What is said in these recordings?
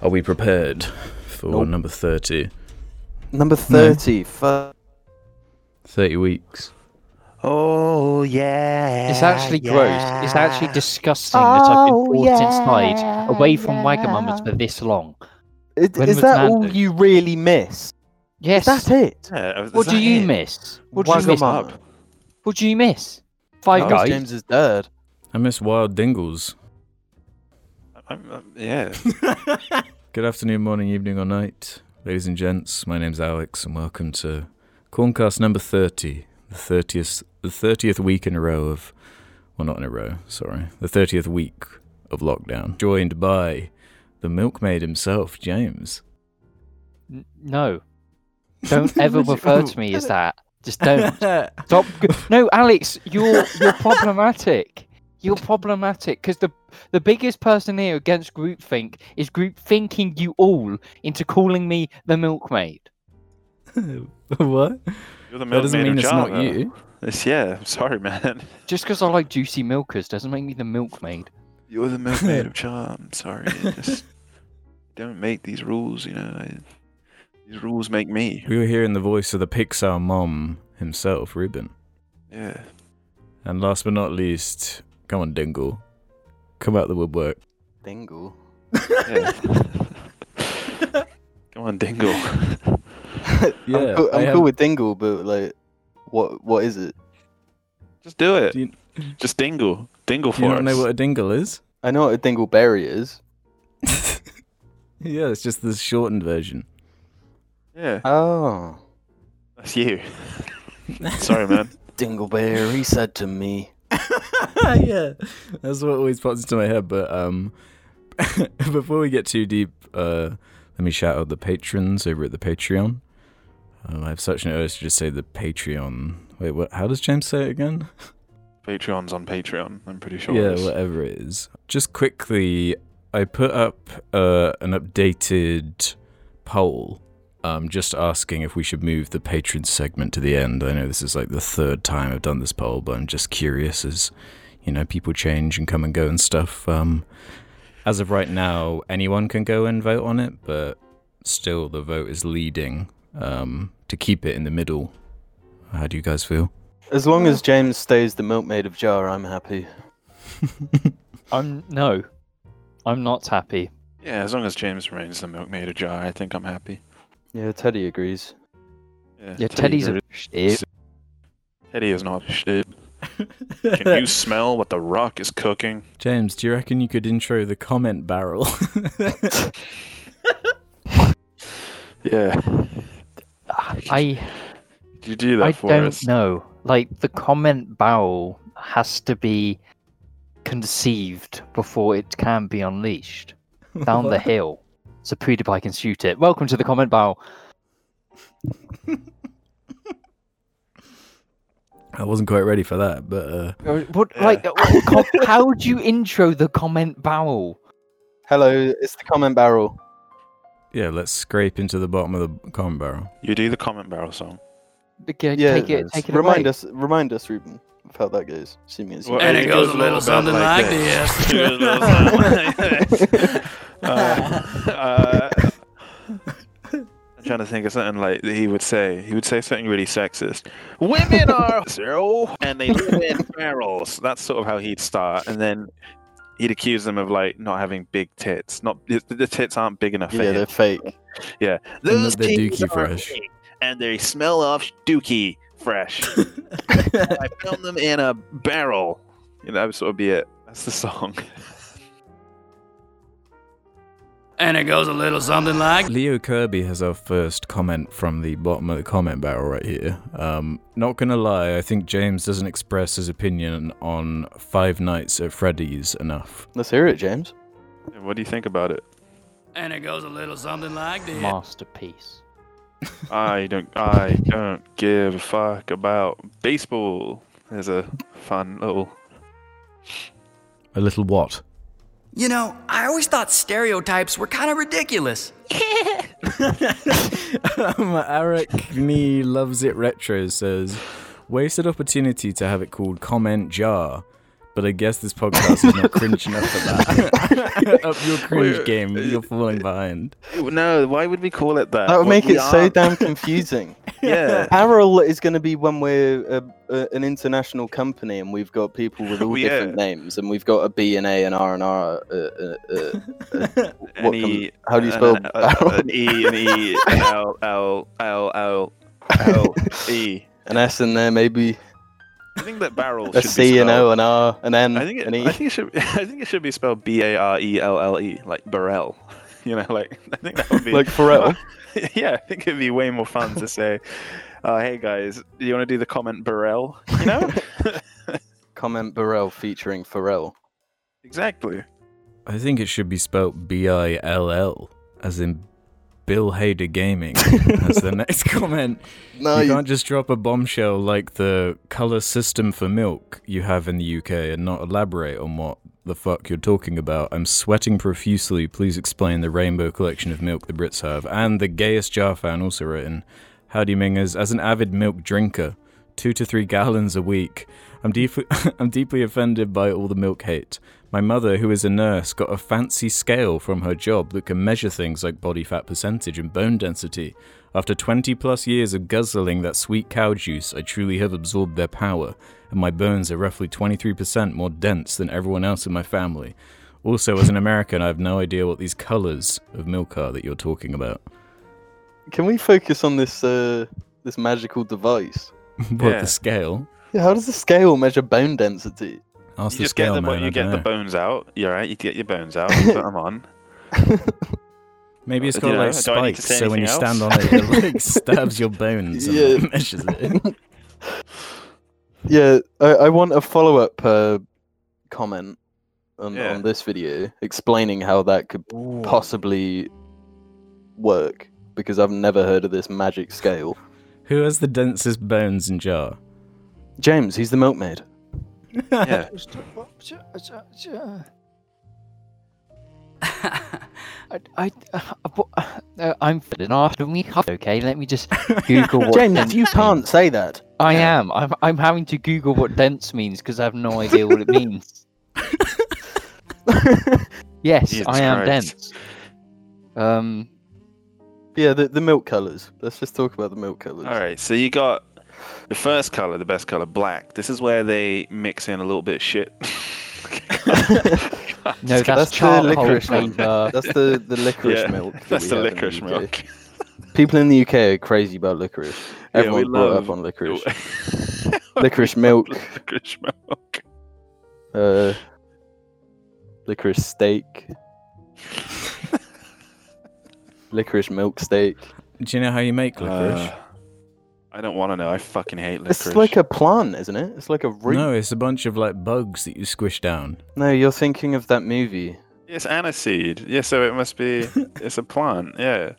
Are we prepared for Nope. number 30? Number 30. Fu- 30 weeks. Oh yeah. It's actually gross. It's actually disgusting that I've been forced inside, away from Wagamama's for this long. It- When Is was that all Nando? you really miss? Yes. Is that it? Yeah, is what do that you it? miss? What do you Wagamama. miss? Bob? What do you miss? Five Nice, Guys. James is dead. I miss Wild Dingles. I'm, i yeah. Good afternoon, morning, evening, or night. Ladies and gents, my name's Alex, and welcome to Corncast number 30. The 30th, the 30th week in a row of. Well, not in a row, sorry. The 30th week of lockdown. Joined by the milkmaid himself, James. N- no. Don't ever refer to me as that. Just don't. Stop. g- No, Alex, you're you're problematic. You're problematic because the the biggest person here against groupthink is groupthinking you all into calling me the milkmaid. what? You're the That milkmaid doesn't mean of it's Java. not you. It's yeah. I'm sorry, man. Just because I like juicy milkers doesn't make me the milkmaid. You're the milkmaid of Java. I'm sorry. I Just don't make these rules. You know, I, these rules make me. We were hearing the voice of the Pixar mom himself, Ruben. Yeah. And last but not least, come on, Dingle. Come out the woodwork. Dingle. yeah. Come on, Dingle. I'm cool, I'm cool with Dingle, but like, what what is it? Just do it. Do you- Just Dingle. Dingle You for us. don't know what a dingle is? I know what a dingleberry is. yeah, it's just the shortened version. Yeah. Oh. That's you. sorry, man. Dingleberry said to me. yeah, that's what always pops into my head. But um, before we get too deep, uh, let me shout out the patrons over at the Patreon. Um, I have such an urge to just say the Patreon. Wait, what? How does James say it again? Patreon's on Patreon. I'm pretty sure. Yeah, it's- whatever it is. Just quickly, I put up uh, an updated poll um, just asking if we should move the patron segment to the end. I know this is like the third time I've done this poll, but I'm just curious as, you know, people change and come and go and stuff. Um, as of right now, anyone can go and vote on it, but still the vote is leading um, to keep it in the middle. How do you guys feel? As long as James stays the milkmaid of Jar, I'm happy. I'm no. I'm not happy. Yeah, as long as James remains the milkmaid of Jar, I think I'm happy. Yeah, Teddy agrees. Yeah, Teddy's Teddy, a shit. Teddy is not shit. Can you smell what the rock is cooking? James, do you reckon you could intro the comment barrel? Yeah. I You do that I for don't us. know. Like the comment barrel has to be conceived before it can be unleashed down the hill, so PewDiePie can shoot it. Welcome to the comment barrel. I wasn't quite ready for that, but uh, Uh, What like uh, what com- how do you intro the comment barrel? Hello, it's the comment barrel. yeah, let's scrape into the bottom of the comment barrel. You do the comment barrel song. Okay, yeah, take it, take it remind away. us, remind us, Ruben, of how that goes. Assuming it's Well, And it goes a little something like this. It goes a little something like this. Uh, uh, I'm trying to think of something like that he would say. He would say something really sexist. Women are zero, and they live in barrels. That's sort of how he'd start, and then he'd accuse them of like not having big tits. Not the, the tits aren't big enough. for yeah, him. they're fake. And Those that they're things dookie are fresh. fake, and they smell of dookie fresh. I found them in a barrel. You know, that would sort of be it. That's the song. And it goes a little something like. Leo Kirby has our first comment from the bottom of the comment barrel right here. Um, not gonna lie, I think James doesn't express his opinion on Five Nights at Freddy's enough. Let's hear it, James. What do you think about it? And it goes a little something like this. Masterpiece. I don't. I don't give a fuck about baseball. There's a fun little. A little what? You know, I always thought stereotypes were kind of ridiculous. Um, Eric Me Loves It Retro says, Wasted opportunity to have it called Comment Jar. but I guess this podcast is not cringe enough for that. Up your cringe game, you're falling behind. No, why would we call it that? That would Well, make we it so aren't- damn confusing. Yeah. Arrow is going to be when we're a, a, an international company and we've got people with all Yeah. different names and we've got a B and A and R and R. uh, uh, uh, An what E, comes- how do you an- spell an- barrel? An E, an E, an L, L, L, L, L, E. An S in there, maybe I think that barrel a should C be and O spelled. and R and N I think it, and E. I think it should. I think it should be spelled B A R E L L E, like Burrell. You know, like I think that would be like Pharrell. yeah, I think it'd be way more fun to say, uh, "Hey guys, do you want to do the comment Burrell?" You know, Comment Burrell featuring Pharrell. exactly. I think it should be spelt B I L L, as in Bill Hader Gaming. That's the next comment. No, you you, can't just drop a bombshell like the color system for milk you have in the UK and not elaborate on what the fuck you're talking about. I'm sweating profusely. Please explain the rainbow collection of milk the Brits have. And the gayest jar fan also written. Howdy Mingers, as an avid milk drinker, two to three gallons a week. I'm deeply, I'm deeply offended by all the milk hate. My mother, who is a nurse, got a fancy scale from her job that can measure things like body fat percentage and bone density. After 20 plus years of guzzling that sweet cow juice, I truly have absorbed their power, and my bones are roughly 23% more dense than everyone else in my family. Also, as an American, I have no idea what these colors of milk are that you're talking about. can we focus on this uh, this magical device? what, Yeah. the scale? Yeah, how does the scale measure bone density? Ask you the just get scale, the bo- man. I you get don't the know. bones out. You're right. You get your bones out. You put them on. Maybe it's You got know, like Uh, do I need to spikes, say so when you anything stand on else? it, it like stabs your bones and Yeah. measures it. Yeah, I, I want a follow up uh, comment on, Yeah. on this video explaining how that could possibly work because I've never heard of this magic scale. Who has the densest bones in jar? James, he's the milkmaid. Yeah. I, I, uh, I'm feeling after me. Okay, let me just Google what. dense means. say that. I am. I'm. I'm having to Google what dense means because I have no idea what it means. yes, Jesus I am Christ. dense. Um. Yeah, the, the milk colours. Let's just talk about the milk colours. All right. So you got the first color, the best color, black. This is where they mix in a little bit of shit. No, that's, That's the uh, charcoal licorice milk. flavour. That's the, the licorice Yeah, milk. that That's we the have in licorice UK. milk. People in the UK are crazy about licorice. Yeah, we Everyone brought love- up on licorice. licorice milk, licorice milk. uh, licorice steak, licorice milk steak. Do you know how you make licorice? Uh, I don't want to know. I fucking hate licorice. It's like a plant, isn't it? It's like a root. No, it's a bunch of like bugs that you squish down. No, you're thinking of that movie. It's aniseed. Yeah, so it must be. It's a plant. Yeah.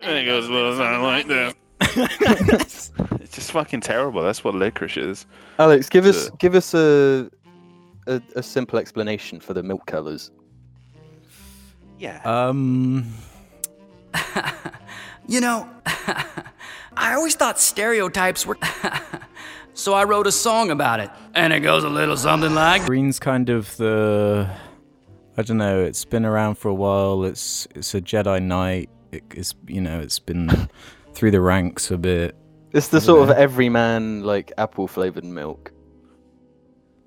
There it goes. Well, it's not like that. It's just fucking terrible. That's what licorice is. Alex, give us Yeah. give us a, a a simple explanation for the milk colors. Yeah. Um, You know, I always thought stereotypes were. so I wrote a song about it. And it goes a little something like. green's kind of the. I don't know. It's been around for a while. It's it's a Jedi Knight. It, it's you know it's been through the ranks a bit. It's the sort of everyman like apple flavored milk.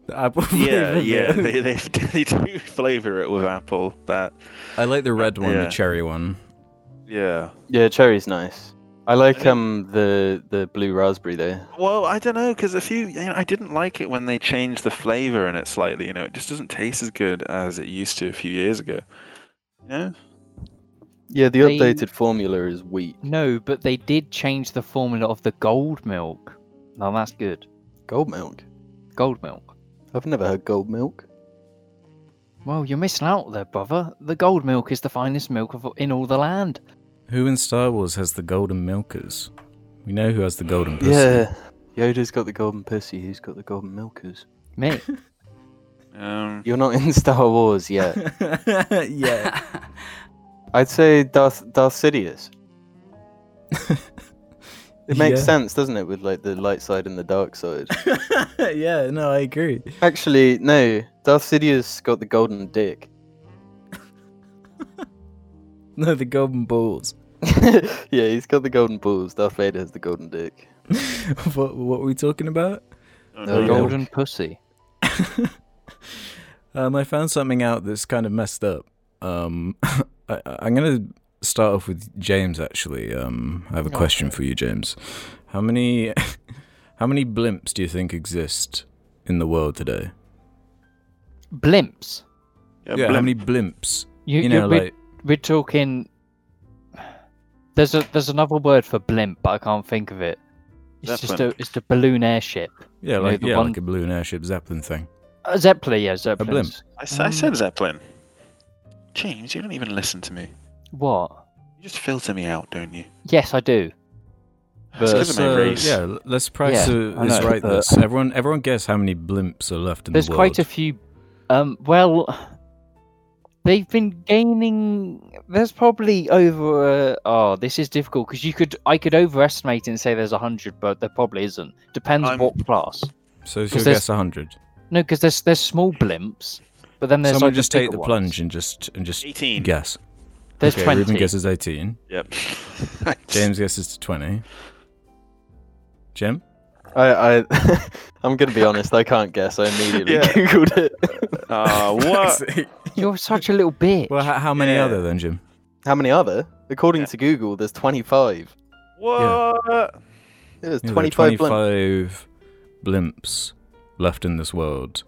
The apple yeah, flavour, yeah. They, they, they do flavor it with apple. That. I like the red one, Yeah. the cherry one. Yeah. Yeah, cherry's nice. I like um the the blue raspberry there. Well, I don't know because a few. You know, I didn't like it when they changed the flavor in it slightly. You know, it just doesn't taste as good as it used to a few years ago. You know? Yeah, the They- updated formula is wheat. No, but they did change the formula of the gold milk. Now that's good. Gold milk. Gold milk. I've never heard gold milk. Well, you're missing out there, brother. The gold milk is the finest milk of, in all the land. Who in Star Wars has the golden milkers? We know who has the golden pussy. Yeah. Yoda's got the golden pussy, who's got the golden milkers? Me. Um, You're not in Star Wars yet. yeah. I'd say Darth Darth Sidious. It makes Yeah. sense, doesn't it, with like the light side and the dark side. yeah, no, I agree. Actually, no. Darth Sidious got the golden dick. No, the golden balls. yeah, he's got the golden balls. Darth Vader has the golden dick. what what were we talking about? Oh, No, no. Golden pussy. Um, I found something out that's kind of messed up. Um, I, I- I'm gonna start off with James. Actually, um, I have a question for you, James. How many how many blimps do you think exist in the world today? Blimps. Yeah, yeah, how blimp. many blimps? You, You know, we're, like we're talking. There's a there's another word for blimp, but I can't think of it. It's Zeppelin. just a it's a balloon airship. yeah, know, like the yeah, one- like a balloon airship zeppelin thing. A zeppelin, yeah, zeppelin. blimp. I, s- I Um, said Zeppelin. James, you don't even listen to me. What? You just filter me out, don't you? Yes, I do. That's But- because of my So, race. uh, yeah, l- let's price Yeah, uh, I this know, right. but- This everyone everyone guess how many blimps are left in There's the world. quite a few. Um, well, they've been gaining. There's probably over. Uh, oh, this is difficult because you could. I could overestimate and say there's a hundred, but there probably isn't. Depends I'm- what class. so if 'cause you there's- guess hundred, No, because there's there's small blimps, but then there's someone like just bigger take the ones. plunge and just and just 18. guess. There's okay, twenty. Ruben guesses eighteen. Yep. James guesses to 20. Jim? I, I, I'm gonna be honest. I can't guess. I immediately Yeah. googled it. Uh, what? You're such a little bitch. well, how, how many Yeah. other then, Jim? How many are there? According to Google, there's 25. What? Yeah, there's Yeah, there are 25. blimps. 25 blimps left in this world,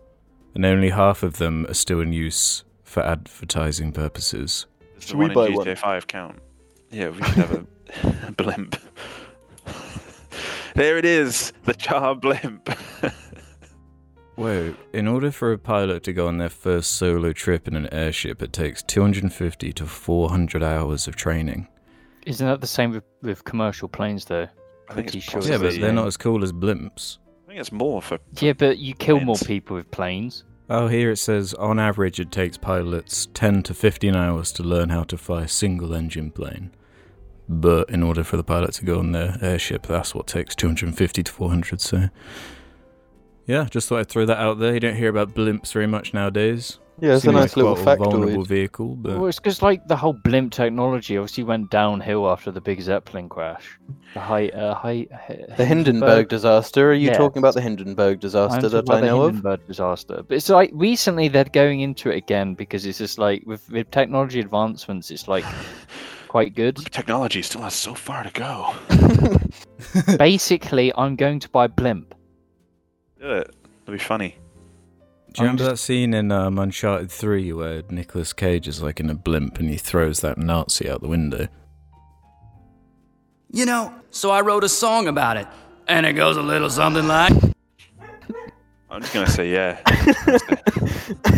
and only half of them are still in use for advertising purposes. Does Should the we one in buy GTA one? 5 count? Yeah, we should have a, a blimp. there it is, the char blimp. Whoa, in order for a pilot to go on their first solo trip in an airship, it takes 250 to 400 hours of training. Isn't that the same with, with commercial planes though? Pretty sure yeah, but possibly- they're not as cool as blimps. I think it's more for. Yeah, but you kill more Planes. people with planes. Oh, here it says on average it takes pilots 10 to 15 hours to learn how to fly a single engine plane. But in order for the pilot to go on their airship, that's what takes 250 to 400. So, yeah, just thought I'd throw that out there. You don't hear about blimps very much nowadays. Yeah, it's a Seems like nice little quite a factoid. vulnerable vehicle, but Well, it's because like the whole blimp technology obviously went downhill after the big Zeppelin crash. The high, uh, high, The Hindenburg disaster. Are you Yeah. talking about the Hindenburg disaster that I know of? Hindenburg disaster, but it's like recently they're going into it again because it's just like with, with technology advancements, it's like quite good. Technology still has so far to go. Basically, I'm going to buy blimp. Do it. It'll be funny. do you I'm remember that scene in um, Uncharted 3 where Nicolas Cage is like in a blimp and he throws that Nazi out the window? You know, so I wrote a song about it. And it goes a little something like I'm just gonna say yeah.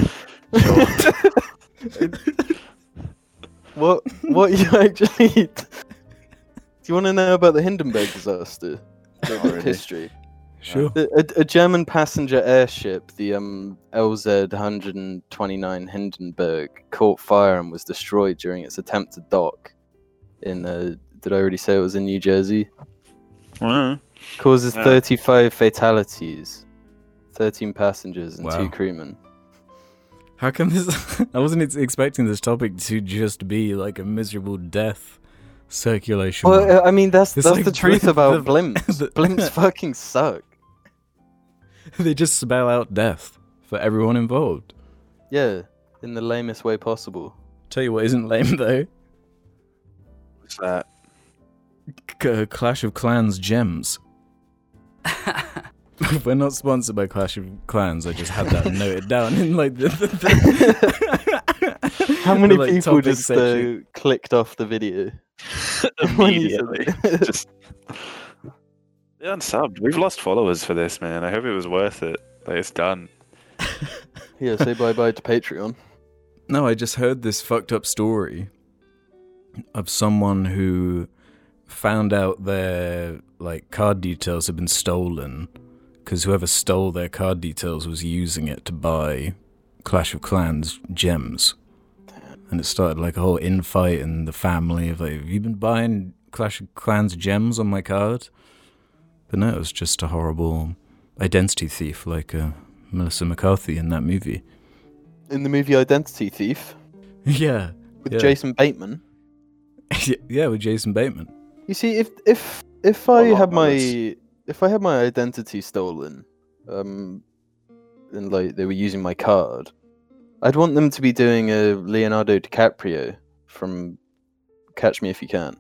What? What you actually? Do you want to know about the Hindenburg disaster? A bit of history. Sure. The- A, a German passenger airship, the um, LZ 129 Hindenburg, caught fire and was destroyed during its attempt to dock. In uh, did I already say it was in New Jersey? Uh, Causes Yeah. 35 fatalities, 13 passengers and Wow. two crewmen. How come this? I wasn't ex- expecting this topic to just be like a miserable death circulation. Well, uh, I mean that's It's that's like the truth blimp- about the- blimps. the- blimps fucking suck. they just spell out death for everyone involved. Yeah, in the lamest way possible. Tell you what isn't lame though. what's that? C- uh, Clash of Clans gems. We're not sponsored by Clash of Clans. I just had that noted down in like the. the, the How many the, like, people topic just section. uh, clicked off the video? When he said Immediately. just. They unsubbed. We've lost followers for this, man. I hope it was worth it. Like, it's done. Yeah, say bye bye to Patreon. No, I just heard this fucked up story of someone who found out their like card details had been stolen because whoever stole their card details was using it to buy Clash of Clans gems. And it started like a whole infight in the family of like, have you been buying Clash of Clans gems on my card? But no, it was just a horrible identity thief like uh, Melissa McCarthy in that movie. In the movie Identity Thief Yeah. with Yeah. Jason Bateman. yeah, with Jason Bateman. You see, if if if I lot had of my others. if I had my identity stolen, um, and like they were using my card, I'd want them to be doing a Leonardo DiCaprio from Catch Me If You Can.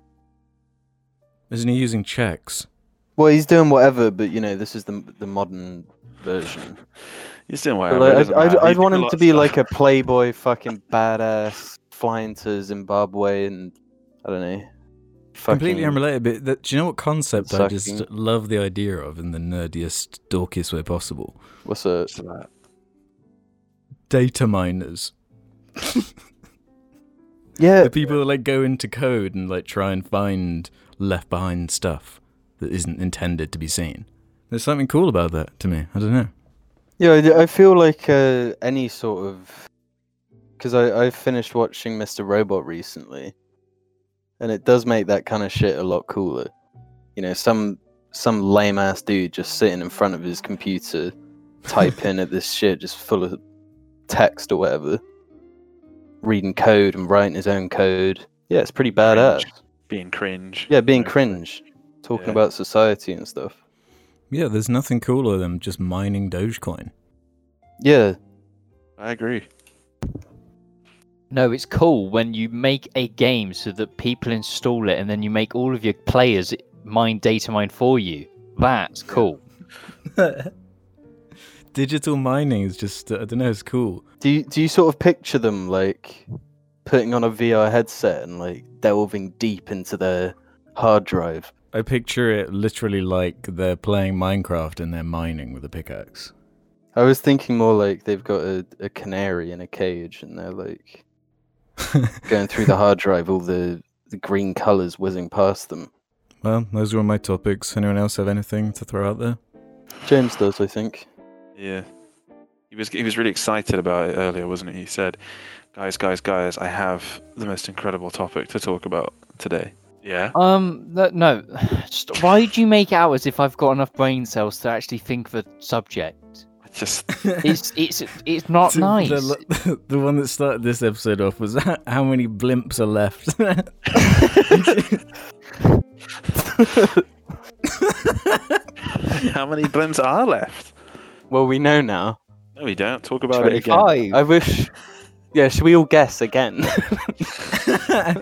Isn't he using checks? Well, he's doing whatever, but you know, this is the the modern version. He's doing But, whatever. like, it I'd, doesn't I'd, matter. I'd He's want doing him a to lot be of like a stuff. playboy, fucking badass, flying to Zimbabwe, and I don't know. Completely fucking- unrelated, but that, do you know what concept I just Sucking. love the idea of in the nerdiest, dorkiest way possible? What's it? Data miners. Yeah, the people that like go into code and like try and find left behind stuff that isn't intended to be seen. There's something cool about that to me. I don't know. Yeah, I d- I feel like uh, any sort of because I I finished watching Mr. Robot recently, and it does make that kind of shit a lot cooler. You know, some some lame ass dude just sitting in front of his computer, typing at this shit just full of text or whatever, reading code and writing his own code. Yeah, it's pretty badass. being cringe. Yeah, being cringe, talking Yeah. about society and stuff. Yeah, there's nothing cooler than just mining Dogecoin. Yeah, I agree. No, it's cool when you make a game so that people install it and then you make all of your players mine data mine for you. That's cool. Digital mining is just I don't know, it's cool. Do you, do you sort of picture them like putting on a VR headset and like delving deep into their hard drive? I picture it literally like they're playing Minecraft and they're mining with a pickaxe. I was thinking more like they've got a, a canary in a cage and they're like going through the hard drive, all the, the green colors whizzing past them. well, those were my topics. Anyone else have anything to throw out there? James does, I think. Yeah. He was he was really excited about it earlier, wasn't he? He said, "Guys, guys, guys, I have the most incredible topic to talk about today." Yeah. Um, no, no. Just, why do you make hours if I've got enough brain cells to actually think of a subject? I Just It's it's it's not The- nice. The, the one that started this episode off was how many blimps are left. how many blimps are left? Well, we know now. No, we don't. Talk about it again. Five. I wish. Yeah, should we all guess again? it's Um,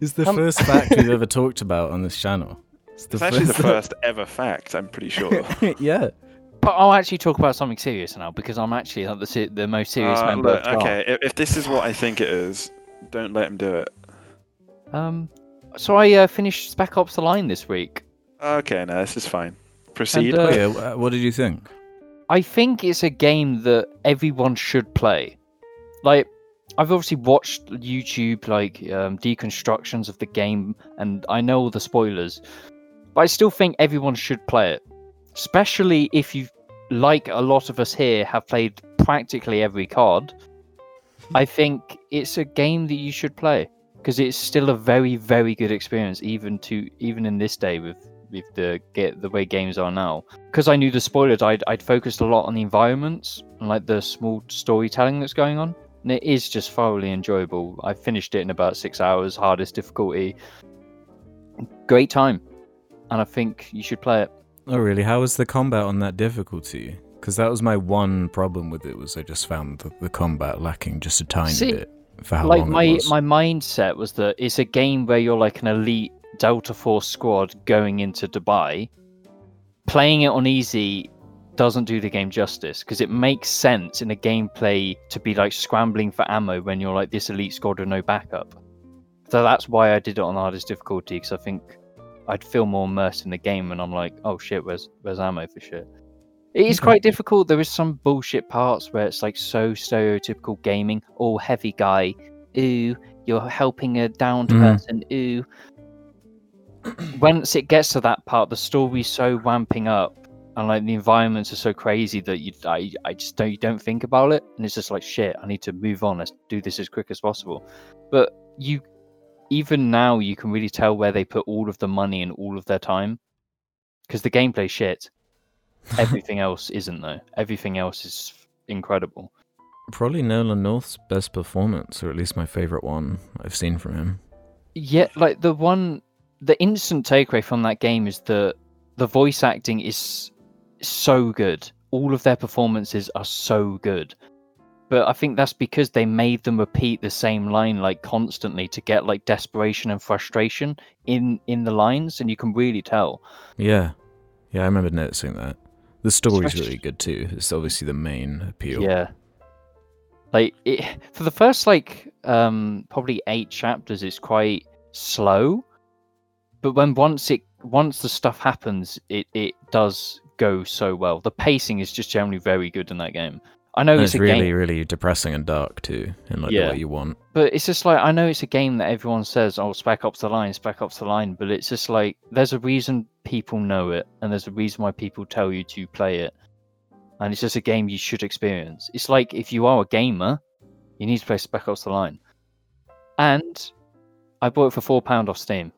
the first fact we've ever talked about on this channel. It's the It's actually the first ever fact. I'm pretty sure. yeah. But I'll actually talk about something serious now because I'm actually like the se- the most serious Uh, member look, of the okay, if, if this is what I think it is, don't let him do it. Um, so I uh, finished Spec Ops: The Line this week. Okay, no, this is fine. Proceed. uh, Oh, yeah. wh- What did you think? I think it's a game that everyone should play. Like, I've obviously watched YouTube like um, deconstructions of the game, and I know all the spoilers, but I still think everyone should play it, especially if you, like a lot of us here, have played practically every card. I think it's a game that you should play because it's still a very, very good experience, even to even in this day with with the get the way games are now because I knew the spoilers, I'd, I'd focused a lot on the environments and like the small storytelling that's going on. And it is just thoroughly enjoyable. I finished it in about six hours, hardest difficulty. Great time. And I think you should play it. Oh, really? How was the combat on that difficulty? Because that was my one problem with it was I just found the, the combat lacking just a tiny See, bit for how like long my, it was. my mindset was that it's a game where you're like an elite Delta Force squad going into Dubai. Playing it on easy doesn't do the game justice because it makes sense in a gameplay to be like scrambling for ammo when you're like this elite squad with no backup. So that's why I did it on hardest difficulty because I think I'd feel more immersed in the game and I'm like, oh shit, where's where's ammo for shit? It is Okay. quite difficult. There is some bullshit parts where it's like so stereotypical gaming, all heavy guy. Ooh, you're helping a downed Mhm. person. Ooh. Once it gets to that part, the story's so ramping up, and like the environments are so crazy that you, I, I just don't, you don't think about it, and it's just like shit. I need to move on. Let's do this as quick as possible. But you, even now, you can really tell where they put all of the money and all of their time because the gameplay shit. Everything else isn't though. Everything else is incredible. Probably Nolan North's best performance, or at least my favorite one I've seen from him. Yeah, like the one, the instant takeaway from that game is the the voice acting is so good. All of their performances are so good. But I think that's because they made them repeat the same line like constantly to get like desperation and frustration in in the lines, and you can really tell. Yeah, yeah, I remember noticing that. The story's really good too. It's obviously the main appeal. Yeah. Like it, for the first like um probably eight chapters, it's quite slow, but when once it once the stuff happens, it it does go so well. The pacing is just generally very good in that game. I know And it's, it's a really, game, really depressing and dark too, in like Yeah. the way you want. but it's just like I know it's a game that everyone says, "Oh, Spec Ops the line, Spec Ops the line," but it's just like there's a reason people know it, and there's a reason why people tell you to play it, and it's just a game you should experience. It's like if you are a gamer, you need to play Spec Ops the line, and I bought it for four pound off Steam.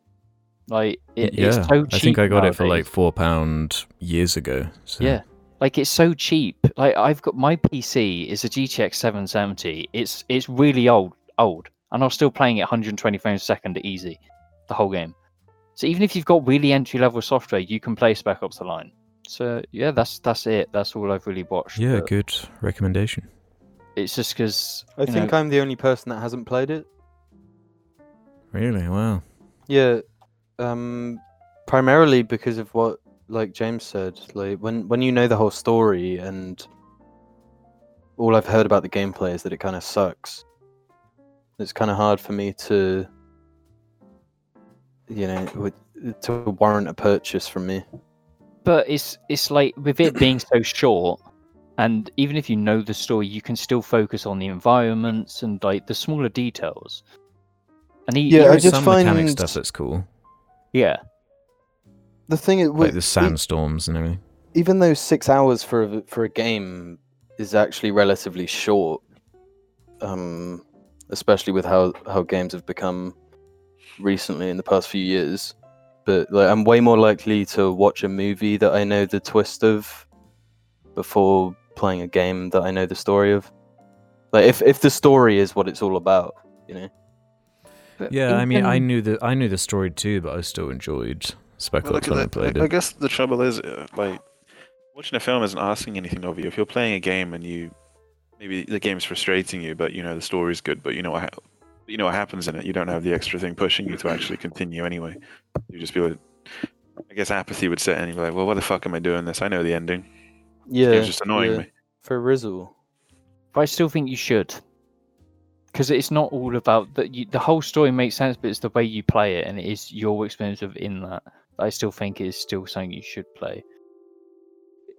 Like it, yeah, it's so cheap. I think I got it for like nowadays. four pound years ago. So. Yeah. Like it's so cheap. Like I've got my PC is a GTX 770. It's it's really old, old, and I'm still playing it 120 frames a second at easy, the whole game. So even if you've got really entry level software, you can play Spec Ops: The Line. So yeah, that's that's it. That's all I've really watched. Yeah, but good recommendation. It's just because I think I'm the only person that hasn't played it. Really, wow. Yeah, um, primarily because of what like James said. Like when when you know the whole story and all I've heard about the gameplay is that it kind of sucks. It's kind of hard for me to, you know, w- to warrant a purchase from me. but it's it's like with it being so short and even if you know the story you can still focus on the environments and like the smaller details and he, Yeah, he I was- There's just some mechanic find- stuff that's cool, yeah The thing is, like the sandstorms and everything. even though six hours for a, for a game is actually relatively short, um, especially with how how games have become recently in the past few years. But like, I'm way more likely to watch a movie that I know the twist of before playing a game that I know the story of. Like, if if the story is what it's all about, you know. But Yeah, I mean, I even- knew the I knew the story too, but I still enjoyed Spec Well, Ops look when I at played that. I, I it. guess the trouble is, uh, like, watching a film isn't asking anything of you. If you're playing a game and you, maybe the game's frustrating you, but you know the story's good, but you know what, hap- you know what happens in it. You don't have the extra thing pushing you to actually continue anyway. You just be like, I guess apathy would set in. You'd be like, well, why the fuck am I doing this? I know the ending. Yeah, It's just annoying me. for Rizzle. but I still think you should because it's not all about that you, the whole story makes sense but it's the way you play it and it is your experience of in that i still think it is still something you should play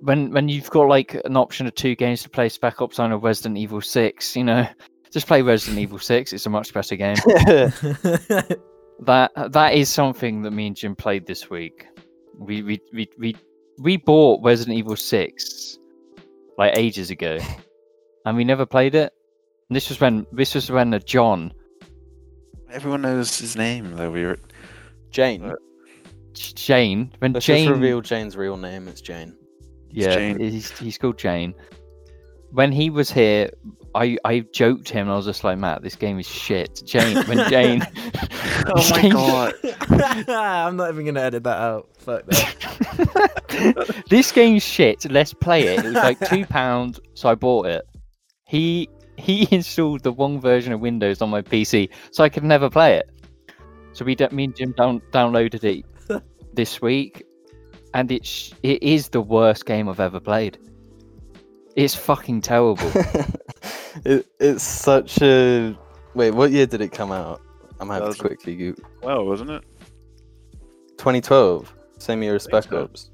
when when you've got like an option of two games to play spec ops on or resident evil 6 you know just play resident evil 6 it's a much better game that that is something that me and Jim played this week. We we we we, we bought Resident Evil Six like ages ago, and we never played it. And this was when this was when the John Everyone knows his name though. We were Jane. Uh, J- Jane when Let's Jane just reveal Jane's real name. It's Jane. yeah Jane. he's he's called Jane. When he was here, I I joked him. I was just like Matt, this game is shit. Jane when Jane. Oh my Jane- god! I'm not even gonna edit that out. Fuck that. this game's shit. Let's play it. It was like two pounds, so I bought it. He he installed the wrong version of Windows on my PC, so I could never play it. So we d- me and Jim down- downloaded it this week, and it's it is the worst game I've ever played. It's fucking terrible. it, it's such a wait. What year did it come out? I'm gonna have to Thousand- quickly. Go- Wow, wasn't it? 2012, same year as Spec so. Ops.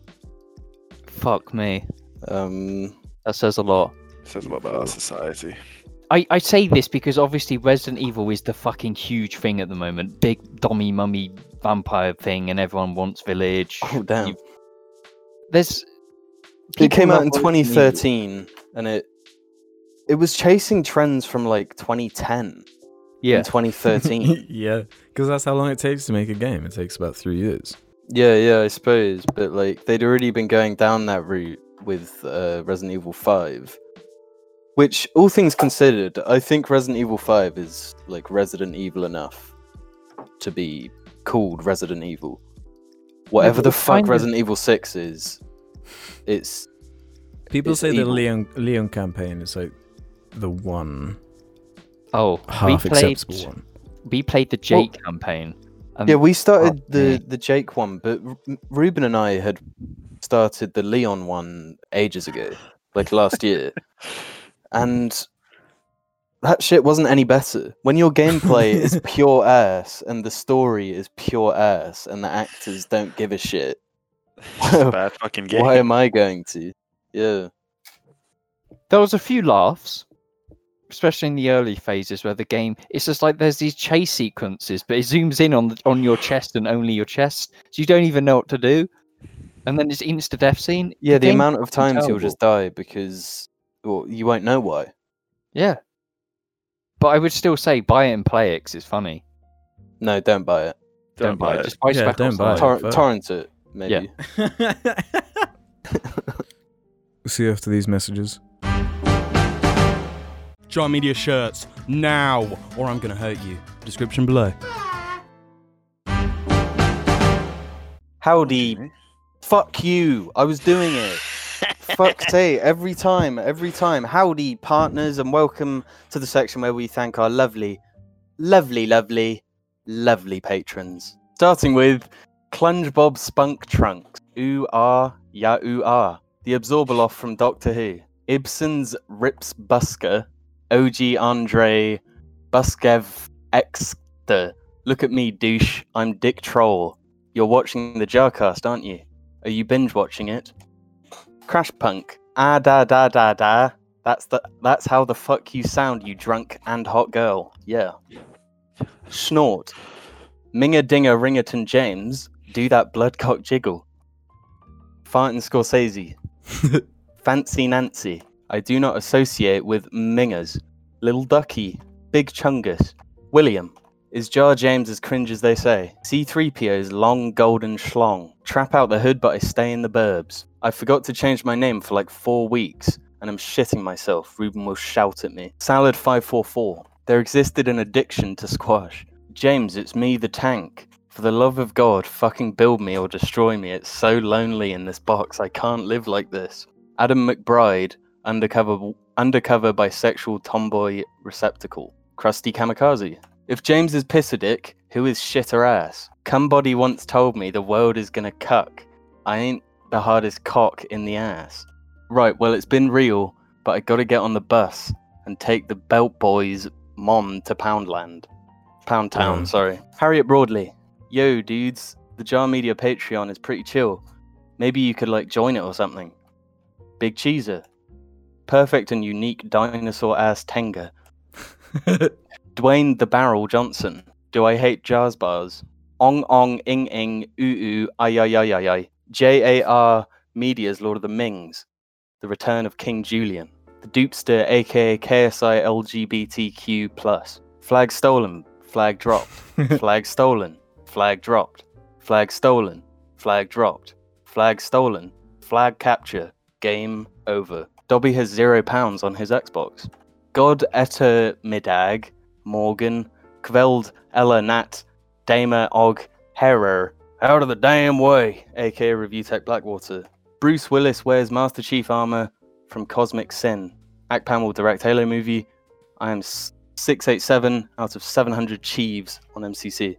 Fuck me. Um, That says a lot. Says a lot about our society. I, I say this because obviously Resident Evil is the fucking huge thing at the moment. Big dummy mummy vampire thing, and everyone wants Village. oh damn! You- There's. It people came out love in Resident Evil. 2013, and it it was chasing trends from like 2010 Yeah. and 2013. yeah, because that's how long it takes to make a game. It takes about three years. Yeah, yeah, I suppose, but like they'd already been going down that route with uh, Resident Evil Five, which, all things considered, I think Resident Evil Five is like Resident Evil enough to be called Resident Evil. Whatever but the it's kind fuck of- Resident Evil Six is, it's People It's say the evil. Leon Leon campaign is like the one Oh, we half played acceptable one. we played the Jake campaign. and Yeah, we started yeah. the the Jake one, but R- M- Ruben and I had started the Leon one ages ago, like last year, and that shit wasn't any better. When your gameplay is pure ass and the story is pure ass and the actors don't give a shit, It's a bad fucking game. why am I going to? Yeah, there was a few laughs especially in the early phases where the game it's just like there's these chase sequences but it zooms in on the, on your chest and only your chest so you don't even know what to do and then it's insta death scene yeah. The game- amount of times you'll terrible. just die because well, you won't know why. yeah but i would still say buy it and play it 'cause it's funny No, don't buy it. don't, buy it. just buy Yeah, Spec Ops don't buy Online. it. Tor- fuck. torrent it, maybe. See you after these messages. Jar Media shirts now, or I'm gonna hurt you. Description below. Howdy. Fuck you. I was doing it. Fuck say every time, every time. Howdy, partners, and welcome to the section where we thank our lovely, lovely, lovely, lovely patrons. Starting with Clunge Bob Spunk Trunks. Ooh ah, ya ooh ah. The Absorbaloff from Doctor Who. Ibsen's Rips Busker. OG Andre Buskev Exter. Look at me, douche. I'm Dick Troll. You're watching the Jarcast, aren't you? Are you binge watching it? Crash Punk. Ah da da da da. That's the that's how the fuck you sound, you drunk and hot girl. Yeah. Snort. Minga Dinger Ringerton James. Do that bloodcock jiggle. Fart and Scorsese. Fancy Nancy. I do not associate with mingers. Little Ducky. Big Chungus. William. Is Jar James as cringe as they say? C3PO's long golden schlong. Trap out the hood, but I stay in the burbs. I forgot to change my name for like four weeks, and I'm shitting myself. Ruben will shout at me. Salad544. There existed an addiction to squash. James, it's me, the tank. For the love of God, fucking build me or destroy me. It's so lonely in this box. I can't live like this. Adam McBride, undercover, undercover bisexual tomboy receptacle. Krusty Kamikaze. If James is piss a dick, who is shit or ass? Somebody once told me the world is gonna cuck. I ain't the hardest cock in the ass. Right, well, it's been real, but I gotta get on the bus and take the Belt Boys mom to Poundland. Pound Town, Oh. sorry. Harriet Broadley. Yo, dudes, the Jar Media Patreon is pretty chill. Maybe you could, like, join it or something. Big Cheeser. Perfect and unique dinosaur ass Tenga. Dwayne the Barrel Johnson. Do I hate jazz bars? Ong ong ing ing oo oo ay ay ay ay ay. J A R Media's Lord of the Mings. The Return of King Julian. The Dupester, aka KSI LGBTQ plus. Flag stolen. Flag dropped. Flag stolen. Flag dropped. Flag stolen. Flag dropped. Flag stolen. Flag capture. Game over. Dobby has zero pounds on his Xbox. God etter middag, Morgan, Kveld Ella Nat, Dama Og Herrer, out of the damn way, aka Review Tech Blackwater. Bruce Willis wears Master Chief armor from Cosmic Sin. Akpan will direct Halo movie. I am s- 687 out of 700 Chiefs on MCC.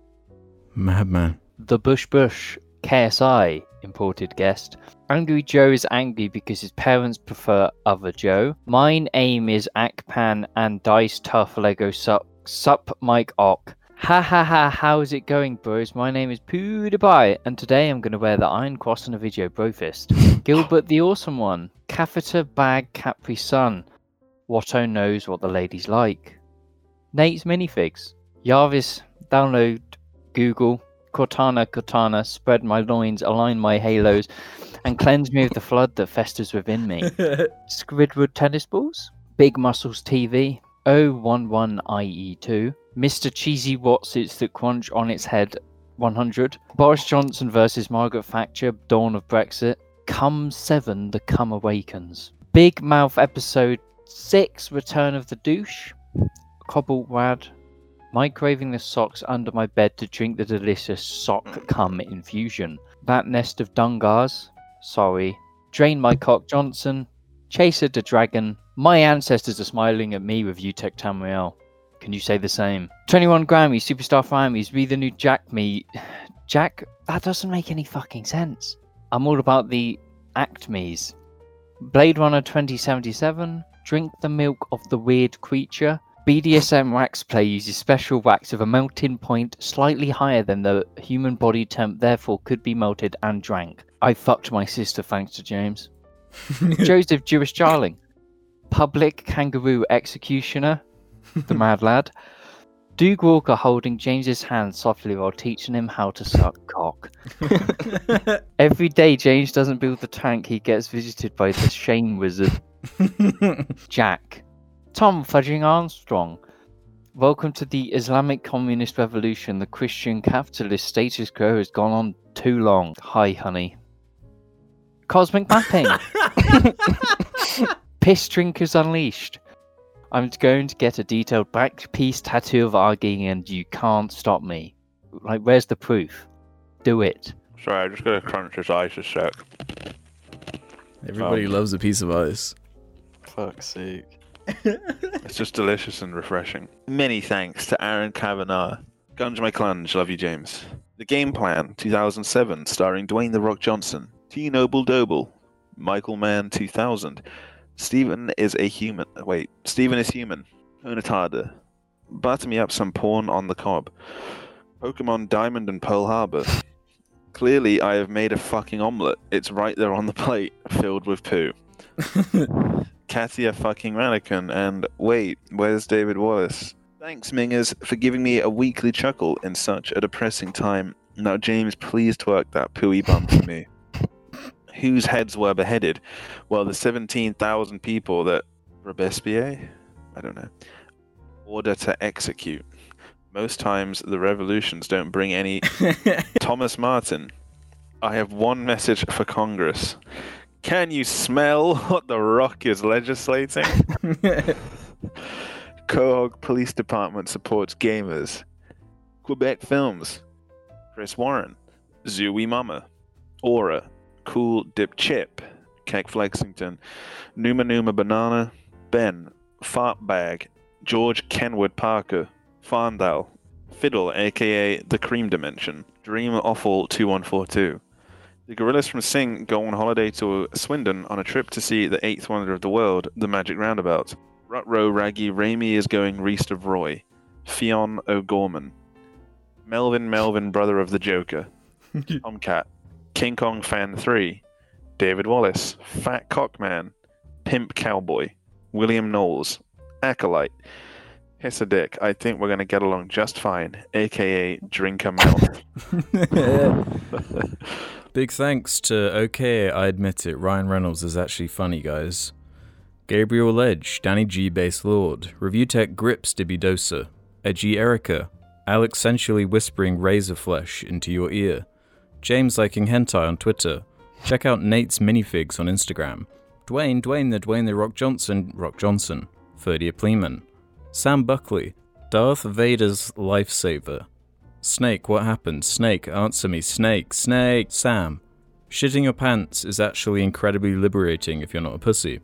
Madman. the bush bush ksi imported guest angry joe is angry because his parents prefer other joe mine aim is akpan and dice tough lego suck sup mike ock ha ha ha how's it going bros my name is pewdiepie and today i'm going to wear the iron cross on a video brofist gilbert the awesome one catheter bag capri sun watto knows what the ladies like nate's minifigs jarvis download google Cortana, Cortana, spread my loins, align my halos, and cleanse me of the flood that festers within me. Squidward tennis balls, Big Muscles TV, E 011IE2, Mr. Cheesy Watsits that crunch on its head 100. Boris Johnson versus Margaret Thatcher, Dawn of Brexit. Come 7, The Come Awakens. Big Mouth episode 6, Return of the Douche. Cobble Rad. Microwaving the socks under my bed to drink the delicious sock cum infusion. That nest of dungars. Sorry. Drain my cock Johnson. Chaser the dragon. My ancestors are smiling at me with UTEC Tamriel. Can you say the same? 21 Grammy, Superstar Families, Be the New Jack Me. Jack, that doesn't make any fucking sense. I'm all about the Act Me's. Blade Runner 2077, Drink the Milk of the Weird Creature. BDSM wax play uses special wax of a melting point slightly higher than the human body temp, therefore could be melted and drank. I fucked my sister thanks to James. Joseph Jewish Jarling, Public Kangaroo Executioner, the mad lad. Doug Walker holding James's hand softly while teaching him how to suck cock. Every day James doesn't build the tank, he gets visited by the Shane Wizard. Jack. Tom Fudging Armstrong. Welcome to the Islamic Communist Revolution. The Christian capitalist status quo has gone on too long. Hi, honey. Cosmic mapping. Piss drinkers unleashed. I'm going to get a detailed back piece tattoo of arguing, and you can't stop me. Like, where's the proof? Do it. Sorry, I just gotta crunch this ice a sec. Everybody Um, loves a piece of ice. Fuck's sake. It's just delicious and refreshing. Many thanks to Aaron Kavanagh. Gunge my clunge, love you, James. The Game Plan, 2007, starring Dwayne The Rock Johnson, T Noble Doble, Michael Mann, 2000, Stephen is a human. Wait, Stephen is human. Unatada. Butter me up some porn on the cob. Pokemon Diamond and Pearl Harbor. Clearly, I have made a fucking omelette. It's right there on the plate, filled with poo. Katia fucking Ranican, and wait, where's David Wallace? Thanks, Mingers, for giving me a weekly chuckle in such a depressing time. Now, James, please twerk that pooey bum for me. Whose heads were beheaded? Well, the 17,000 people that Robespierre, I don't know, order to execute. Most times the revolutions don't bring any. Thomas Martin, I have one message for Congress. Can you smell what the Rock is legislating? Cohog Police Department supports gamers. Quebec Films. Chris Warren. Zooey Mama. Aura. Cool Dip Chip. Keck Flexington. Numa Numa Banana. Ben. Fart Bag. George Kenwood Parker. Farndale. Fiddle, aka The Cream Dimension. Dream Awful 2142. The gorillas from Sing go on holiday to Swindon on a trip to see the eighth wonder of the world, the Magic Roundabout. Rutro Raggy Raimi is going Reast of Roy. Fionn O'Gorman. Melvin Melvin, brother of the Joker. Tomcat. King Kong Fan 3. David Wallace. Fat Cockman. Pimp Cowboy. William Knowles. Acolyte. Hiss a dick. I think we're going to get along just fine, aka Drink a Mouth. Big thanks to OK, I admit it. Ryan Reynolds is actually funny, guys. Gabriel Ledge, Danny G. Bass Lord, Review Tech Grips Dibidosa, Edgy Erica, Alex sensually whispering razor flesh into your ear, James liking hentai on Twitter. Check out Nate's minifigs on Instagram. Dwayne, Dwayne the Dwayne the Rock Johnson, Rock Johnson, third year Pleeman, Sam Buckley, Darth Vader's lifesaver, Snake, what happened? Snake, answer me. Snake, Snake, Sam. Shitting your pants is actually incredibly liberating if you're not a pussy.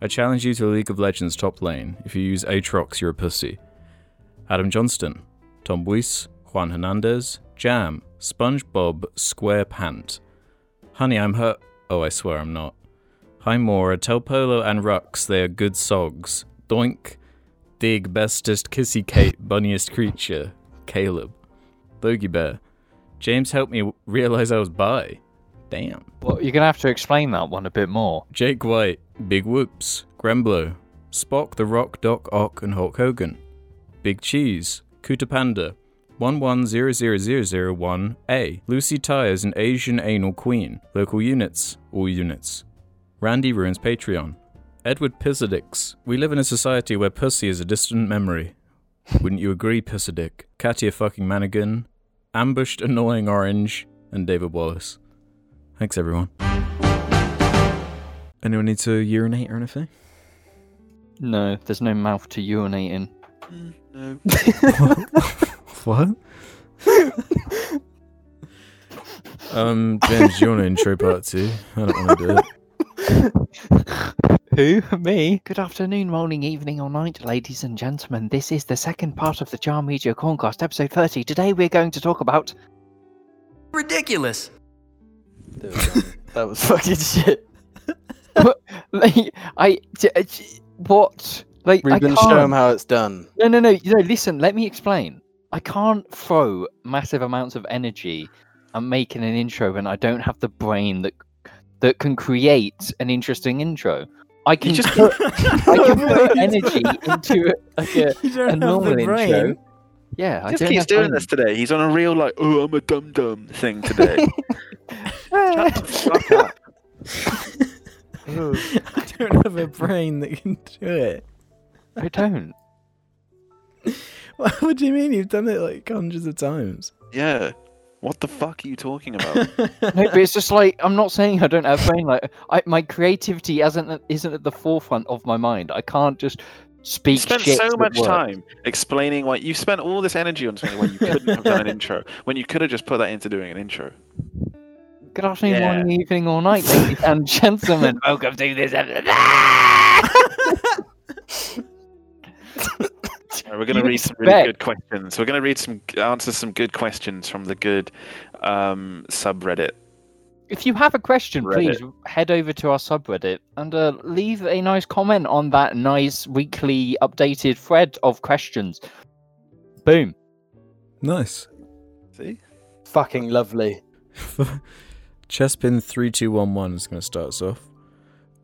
I challenge you to League of Legends top lane. If you use Aatrox, you're a pussy. Adam Johnston, Tom Buis, Juan Hernandez, Jam, SpongeBob, SquarePant. Honey, I'm hurt. Oh, I swear I'm not. Hi, Mora, tell Polo and Rux they are good sogs. Doink, dig, bestest, kissy Kate, bunniest creature. Caleb. Bogey Bear. James helped me w- realize I was bi. Damn. Well, you're going to have to explain that one a bit more. Jake White, Big Whoops, Gremblow, Spock, The Rock, Doc Ock, and Hulk Hogan, Big Cheese, Kuta Panda, 11000001A, Lucy Tyres, an Asian anal queen, local units, all units, Randy Ruins Patreon, Edward Pizzadix, we live in a society where pussy is a distant memory. Wouldn't you agree, Pizzadick? Katia fucking Manigan, ambushed annoying orange, and David Wallace. Thanks, everyone. Anyone need to urinate or anything? No, there's no mouth to urinate in. No. What? um, James, do you want to intro part two? I don't want to do it. Who? Me? Good afternoon, morning, evening, or night, ladies and gentlemen. This is the second part of the Jar Media Corncast, episode 30. Today we're going to talk about. Ridiculous. There we go. that was fucking shit. I. j- j- What? Like, We're I gonna can't. show him how it's done. No, no, no. You know, listen, let me explain. I can't throw massive amounts of energy at making an intro when I don't have the brain that that can create an interesting intro. I can just- put, I can put energy into a, like a, You a don't have normal the intro. brain. Yeah, I Just don't keeps have doing brain. this today. He's on a real like, oh, I'm a dum dum thing today. Shut the fuck up. I don't have a brain that can do it. I don't. What do you mean? You've done it like hundreds of times. Yeah. What the fuck are you talking about? No, but it's just like I'm not saying I don't have brain. Like I, my creativity isn't isn't at the forefront of my mind. I can't just You speak. spent shit so that much works. time explaining why you spent all this energy on something when you couldn't have done an intro, when you could have just put that into doing an intro. Good afternoon, Yeah. morning, evening, or night, ladies and gentlemen. Welcome to this episode. All right, we're going to You read some really good expect- questions. We're going to read some answer some good questions from the good um, subreddit. If you have a question, Reddit. please head over to our subreddit and uh, leave a nice comment on that nice weekly updated thread of questions. Boom. Nice. See? Fucking lovely. Chesspin three two one one is going to start us off.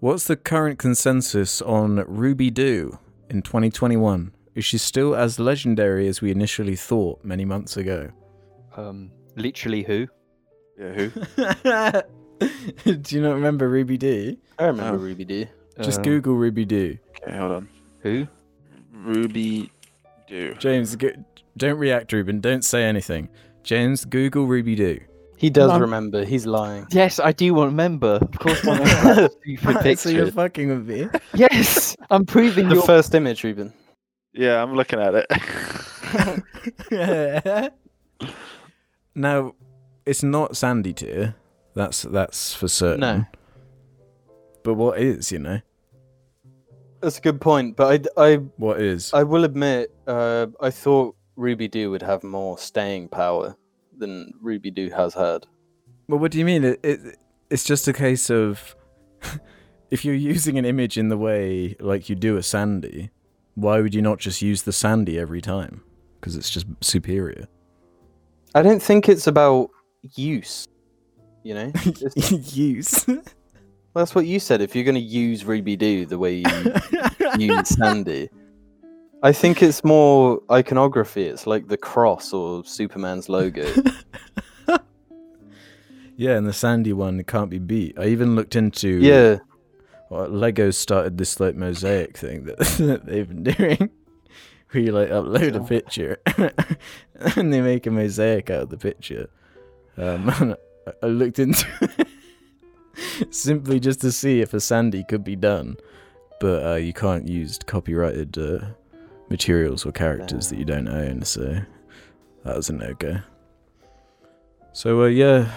What's the current consensus on Ruby Doo in 2021? Is she still as legendary as we initially thought many months ago? Um, literally, who? Yeah, who? do you not remember Ruby Doo? I remember Oh. Ruby Doo. Just Um, Google Ruby Doo. Okay, hold on. Who? Ruby do. James, go- don't react, Ruben. Don't say anything. James, Google Ruby Doo. He does Lon- remember. He's lying. Yes, I do remember. Of course, I remember that stupid So picture. you're fucking with me. Yes, I'm proving The your first image, Ruben. Yeah, I'm looking at it. now, it's not Sandy Tear. That's that's for certain. No. But what is, you know? That's a good point, but I, I, What is? I will admit, uh, I thought Ruby Doo would have more staying power than Ruby Doo has had. Well, what do you mean? It, it it's just a case of if you're using an image in the way like you do a Sandy, why would you not just use the Sandy every time? Because it's just superior. I don't think it's about use. You know, It's- Use. that's what you said. If you're going to use Ruby Doo the way you use Sandy, I think it's more iconography. It's like the cross or Superman's logo. yeah, and the Sandy one can't be beat. I even looked into yeah, Well, Lego started this like mosaic thing that, that they've been doing, where you like upload a picture and they make a mosaic out of the picture. Um, and I- I looked into it simply just to see if a Sandy could be done, but uh, you can't use copyrighted uh, materials or characters that you don't own, so that was a no go. So uh, yeah,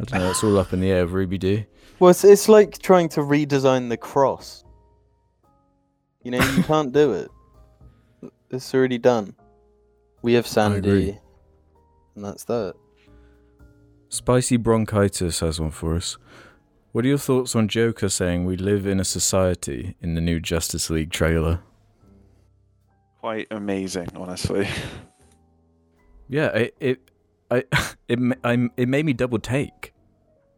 I don't know. It's all up in the air of Ruby Doo. well, it's, it's like trying to redesign the cross. You know, you can't do it. It's already done. We have agree. Sandy, and that's that. Spicy Bronchitis has one for us. What are your thoughts on Joker saying we live in a society in the new Justice League trailer? Quite amazing, honestly. Yeah, it it I it ma- I'm, it made me double take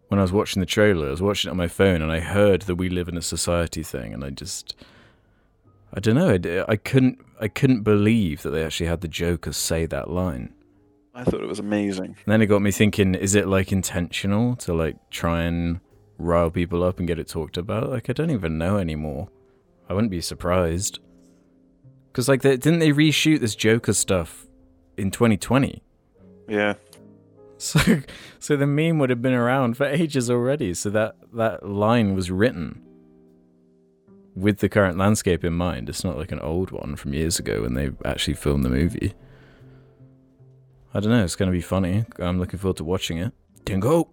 when I was watching the trailer. I was watching it on my phone and I heard the we live in a society thing and I just I don't know. I, d- I couldn't I couldn't believe that they actually had the Joker say that line. I thought it was amazing. And then it got me thinking: Is it like intentional to like try and rile people up and get it talked about? Like I don't even know anymore. I wouldn't be surprised. Cause like they, didn't they reshoot this Joker stuff in 2020? Yeah. So, so the meme would have been around for ages already. So that that line was written with the current landscape in mind. It's not like an old one from years ago when they actually filmed the movie. I don't know. It's going to be funny. I'm looking forward to watching it. Dingo.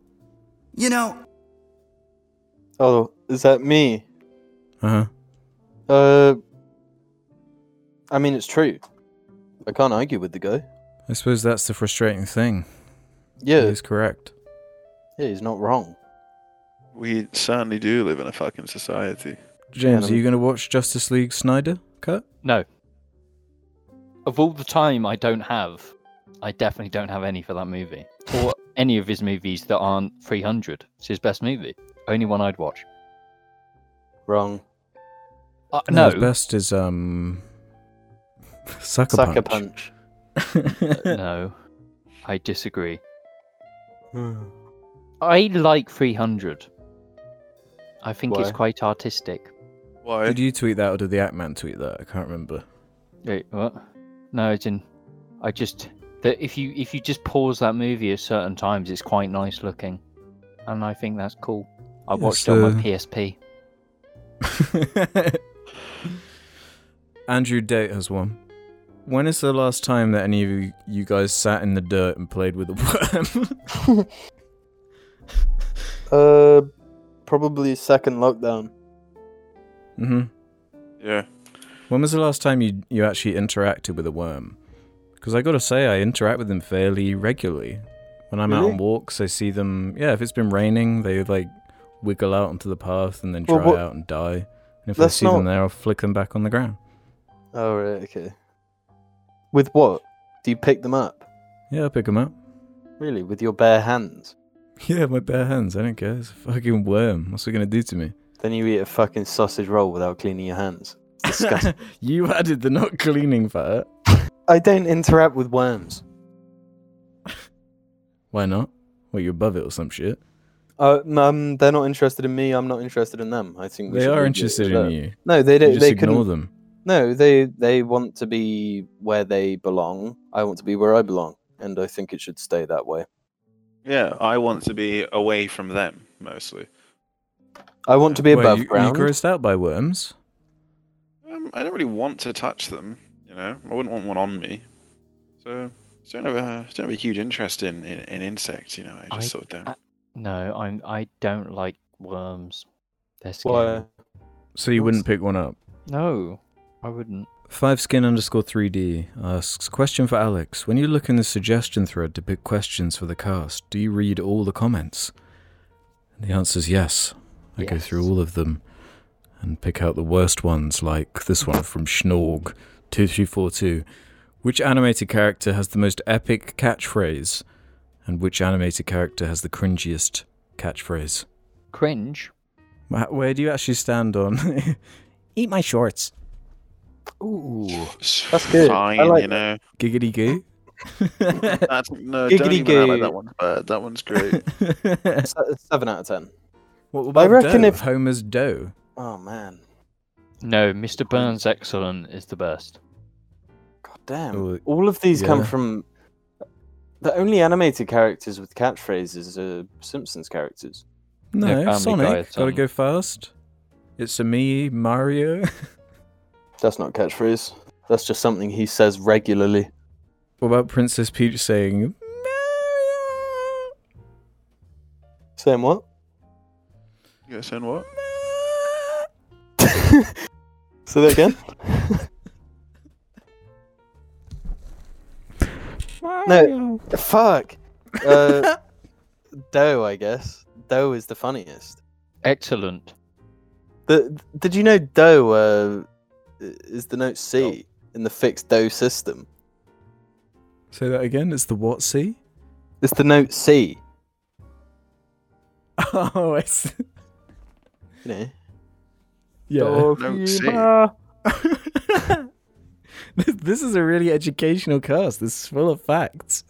You know, Oh, is that me? Uh huh. Uh, I mean, it's true. I can't argue with the guy. I suppose that's the frustrating thing. Yeah, He's correct. yeah, he's not wrong. We certainly do live in a fucking society. James, Yeah, are you going to watch Justice League Snyder cut? No. Of all the time I don't have, I definitely don't have any for that movie. Or any of his movies that aren't 300. It's his best movie. Only one I'd watch. Wrong. Uh, no. His best is um. Sucker, Sucker punch. punch. no. I disagree. I like 300. I think it's Why? quite artistic. Why? Did you tweet that or did the Actman tweet that? I can't remember. Wait, what? No, it's in. I just that if you if you just pause that movie at certain times, it's quite nice looking, and I think that's cool. I Yes, watched it on uh, my PSP. Andrew Date has one. When is the last time that any of you- you guys sat in the dirt and played with a worm? Uh, probably second lockdown. hmm Yeah. When was the last time you, you actually interacted with a worm? Because I gotta say, I interact with them fairly regularly. When I'm out Really? on walks, I see them. Yeah, if it's been raining, they like wiggle out onto the path and then dry Well, what- out and die. And if I That's see them not- there, I'll flick them back on the ground. Oh right, okay. With what? Do you pick them up? Yeah, I'll pick them up. Really, with your bare hands? Yeah, my bare hands. I don't care. It's a fucking worm. What's it gonna do to me? Then you eat a fucking sausage roll without cleaning your hands. It's disgusting. you added the not cleaning part. I don't interact with worms. Why not? Well, you're above it or some shit. Uh, um, they're not interested in me. I'm not interested in them. I think we They are should leave it interested at in that. you. No, they You don't. just they ignore couldn't. them. No, they they want to be where they belong. I want to be where I belong, and I think it should stay that way. Yeah, I want to be away from them mostly. I want to be Wait, above you, you ground. grossed out by worms. Um, I don't really want to touch them. You know, I wouldn't want one on me. So, I don't have a, I don't have a huge interest in, in, in insects. You know, I I- just sort of don't. I- No, I'm I don't like worms. They're scary. Why? So you Nice. wouldn't pick one up. No, I wouldn't. Five skin underscore three D asks question for Alex. When you look in the suggestion thread to pick questions for the cast, do you read all the comments? And the answer is yes. I go through Yes. all of them and pick out the worst ones, like this one from Schnorg two three four two. Which animated character has the most epic catchphrase, and which animated character has the cringiest catchphrase? Cringe. Wh- Where do you actually stand on? Eat my shorts. Ooh. That's good. I Fine, like you know. Giggity goo. That's, no, don't Giggity even highlight goo. that one. Uh, that one's great. Se- Seven out of ten. What I reckon dough? if- Homer's dough? Oh man, No, Mr. Burns Excellent is the best. god damn! Oh, All of these come yeah. from. The only animated characters with catchphrases are Simpsons characters. No, No, Family Sonic. Guy, Gotta Sonic. go fast. It's a me, Mario. That's not a catchphrase. That's just something he says regularly. what about Princess Peach saying Mario? Saying what? You guys saying what? Say that again. no, fuck. Uh, dough, I guess. Dough is the funniest. Excellent. The, did you know dough uh, is the note C in the fixed dough system? Say that again. It's the what C? It's the note C. Oh, it's You know. yeah. No, see. this is a really educational cast. This is full of facts.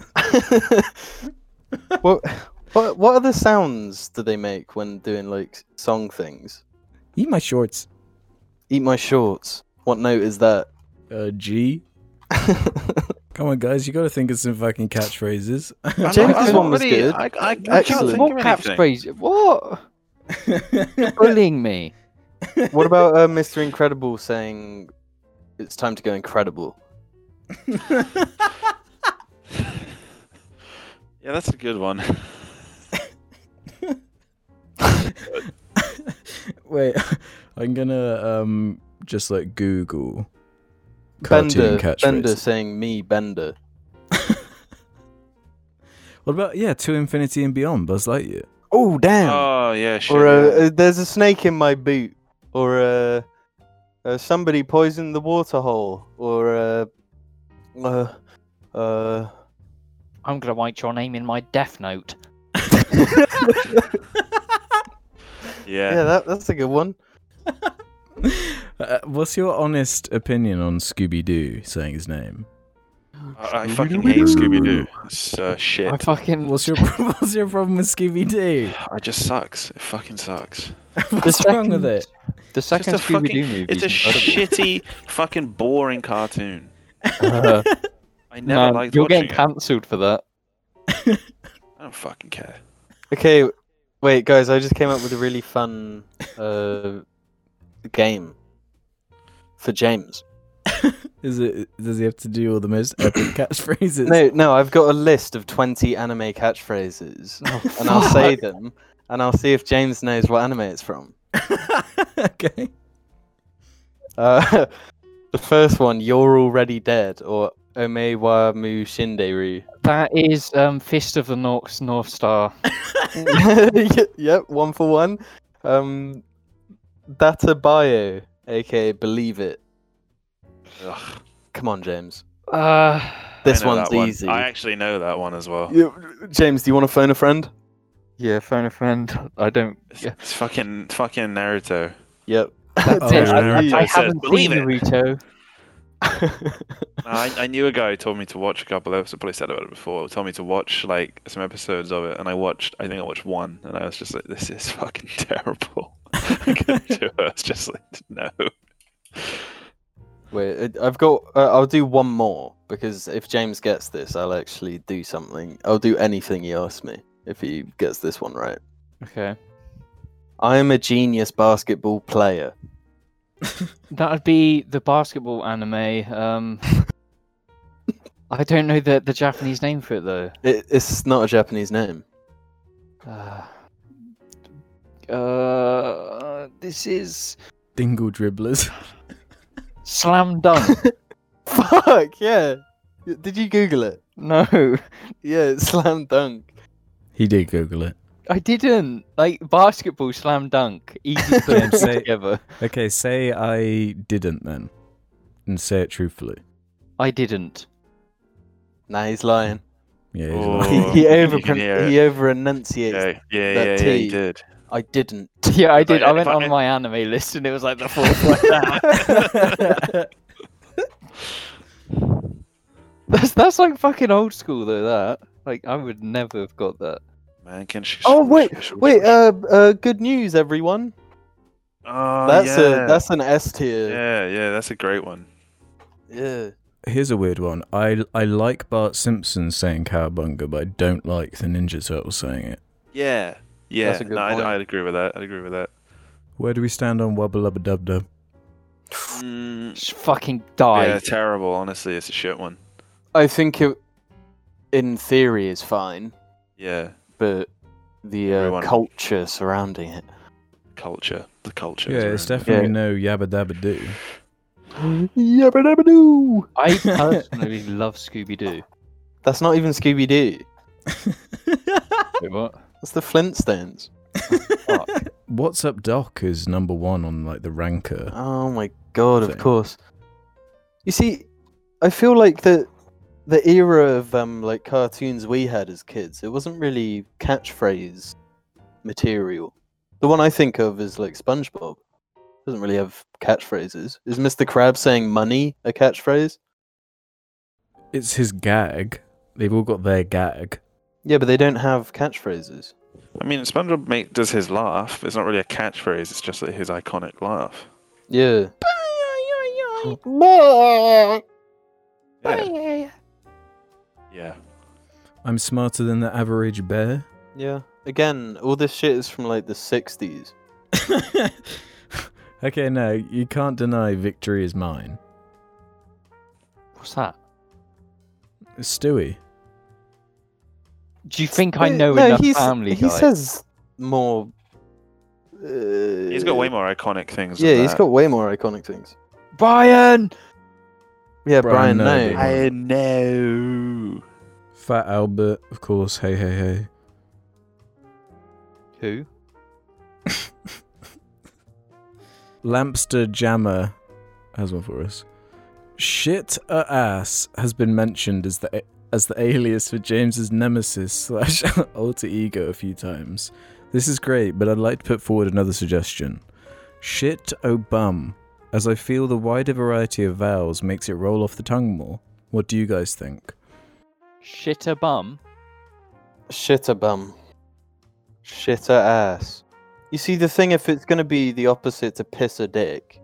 what, what what other sounds do they make when doing like song things? Eat my shorts. Eat my shorts. What note is that? Uh, G. Uh, Come on, guys, you got to think of some fucking catchphrases. I'm James's not- I'm one was really- good. I, I, I can't Excellent. think What of caps anything. crazy? What? You're bullying me. What about uh, Mr. Incredible saying it's time to go incredible? Yeah, that's a good one. Wait, I'm gonna um just like Google Bender, cartoon Bender catchphrases. saying me Bender. What about yeah, to infinity and beyond, Buzz Lightyear. Oh damn! Oh yeah, shit. or yeah. uh, uh, there's a snake in my boot. Or uh, uh, somebody poisoned the water hole. Or uh, uh, uh, I'm gonna write your name in my death note. yeah. yeah, that, that's a good one. Uh, what's your honest opinion on Scooby Doo saying his name? I, I fucking hate Scooby Doo. It's uh, shit. I fucking What's your what's your problem with Scooby Doo? It just sucks. It fucking sucks. What's wrong with it? the second a fucking- Scooby Doo movie. It's a shitty, fucking boring cartoon. Uh-huh. I never no, liked you're watching getting it. cancelled for that. I don't fucking care. Okay, wait, guys, I just came up with a really fun uh, game for James. Is it does he have to do all the most epic catchphrases? No, no, I've got a list of 20 anime catchphrases, and I'll say them, and I'll see if James knows what anime it's from. okay. Uh, the first one, You're Already Dead, or Ome wa mu shinderu. That is um, Fist of the North North Star. Y- yep, one for one. Um, Databayo, aka Believe It. Ugh, Come on, James. Uh, This I know one's that one. easy. I actually know that one as well. You- James, do you want to phone a friend? yeah, phone a friend. I don't. It's, Yeah. it's fucking it's fucking Naruto. Yep. Oh, That's it. I- I says, haven't "Believe seen it." Naruto. I, I knew a guy who told me to watch a couple episodes. I probably said about it before. He told me to watch like some episodes of it, and I watched. I think I watched one, and I was just like, "This is fucking terrible." I couldn't do it. I was just like, "No." Wait, uh, I've got. Uh, I'll do one more because if James gets this, I'll actually do something. I'll do anything he asks me if he gets this one right. Okay, I am a genius basketball player. that'd be the basketball anime. Um, I don't know the the Japanese name for it though. It, it's not a Japanese name. Uh, uh, this is Dingle dribblers. slam dunk. Fuck yeah! Y- Did you Google it? no, Yeah, it's slam dunk. He did Google it. I didn't. Like basketball slam dunk, easy to put Say- together. Okay, say I didn't then, and say it truthfully. I didn't. Nah, he's lying. Yeah. he's Oh, like- he he you over can hear it. he over enunciates. Yeah, yeah, yeah, that yeah, he tea. did. I didn't. Yeah, I did. Like, I if went I- on my anime list and it was like the fourth one. down. that's that's like fucking old school though. That like I would never have got that. Man, can she? Oh wait, wait. Uh, uh, good news, everyone. oh, That's yeah. a that's an S tier. yeah, yeah. That's a great one. Yeah. Here's a weird one. I I like Bart Simpson saying cowabunga, but I don't like the Ninja Turtle saying it. Yeah, yeah. That's a good no, I'd, point. I'd agree with that. I'd agree with that. Where do we stand on Wubba Lubba Dub Dub? Mm, Sh- fucking die. yeah, terrible. Honestly, it's a shit one. I think it, in theory, is fine, Yeah, but the uh, Everyone- culture surrounding it. culture. The culture. Yeah, is it's ruined. definitely no Yabba Dabba Doo. Yabba dabba doo. I personally love Scooby Doo. That's not even Scooby Doo. What? That's the Flintstones. What's Up Doc is number one on like the ranker. Oh my god! Of Thing. course. You see, I feel like the the era of um like cartoons we had as kids, it wasn't really catchphrase material. The one I think of is like SpongeBob. Doesn't really have catchphrases. Is Mr. Crab saying "money" a catchphrase? It's his gag. They've all got their gag. Yeah, but they don't have catchphrases. I mean, SpongeBob make, does his laugh. It's not really a catchphrase. It's just like his iconic laugh. Yeah. Oh, Yeah. Yeah. I'm smarter than the average bear. Yeah. Again, all this shit is from like the 60s. okay, no, you can't deny victory is mine. What's that? It's Stewie. Do you think I know no, enough he's- Family He Guy? says more. Uh, He's got way more iconic things. Yeah, than he's that. got way more iconic things. Brian. Yeah, Brian Nolan. Brian, no. I know. Fat Albert, of course. Hey, hey, hey. Who? Lampster Jammer has one for us. Shit a ass has been mentioned as the as the alias for James's nemesis slash alter ego a few times. This is great, but I'd like to put forward another suggestion. Shit o bum, as I feel the wider variety of vowels makes it roll off the tongue more. What do you guys think? Shitter bum. Shitter bum. Shitter ass. You see, the thing, if it's going to be the opposite to piss a dick,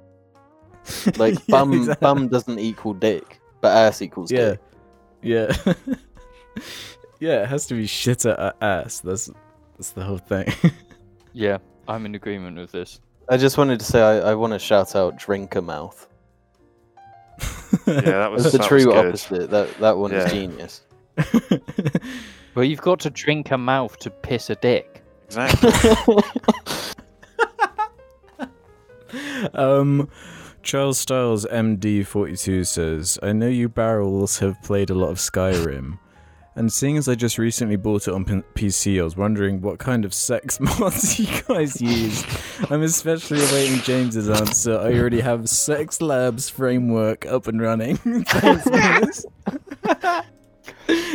like Yeah, bum exactly. bum doesn't equal dick, but ass equals Yeah, dick. yeah, yeah. It has to be shit at ass. That's that's the whole thing. Yeah, I'm in agreement with this. I just wanted to say I, I want to shout out drinker mouth. Yeah, that was That's the that was true good. opposite. That that one Yeah. is genius. Well, you've got to drink a mouth to piss a dick. Exactly. um, Charles Styles, MD42 says, I know you barrels have played a lot of Skyrim. And seeing as I just recently bought it on P- PC, I was wondering what kind of sex mods you guys used. I'm especially awaiting James's answer. I already have Sex Labs framework up and running. Thanks, guys.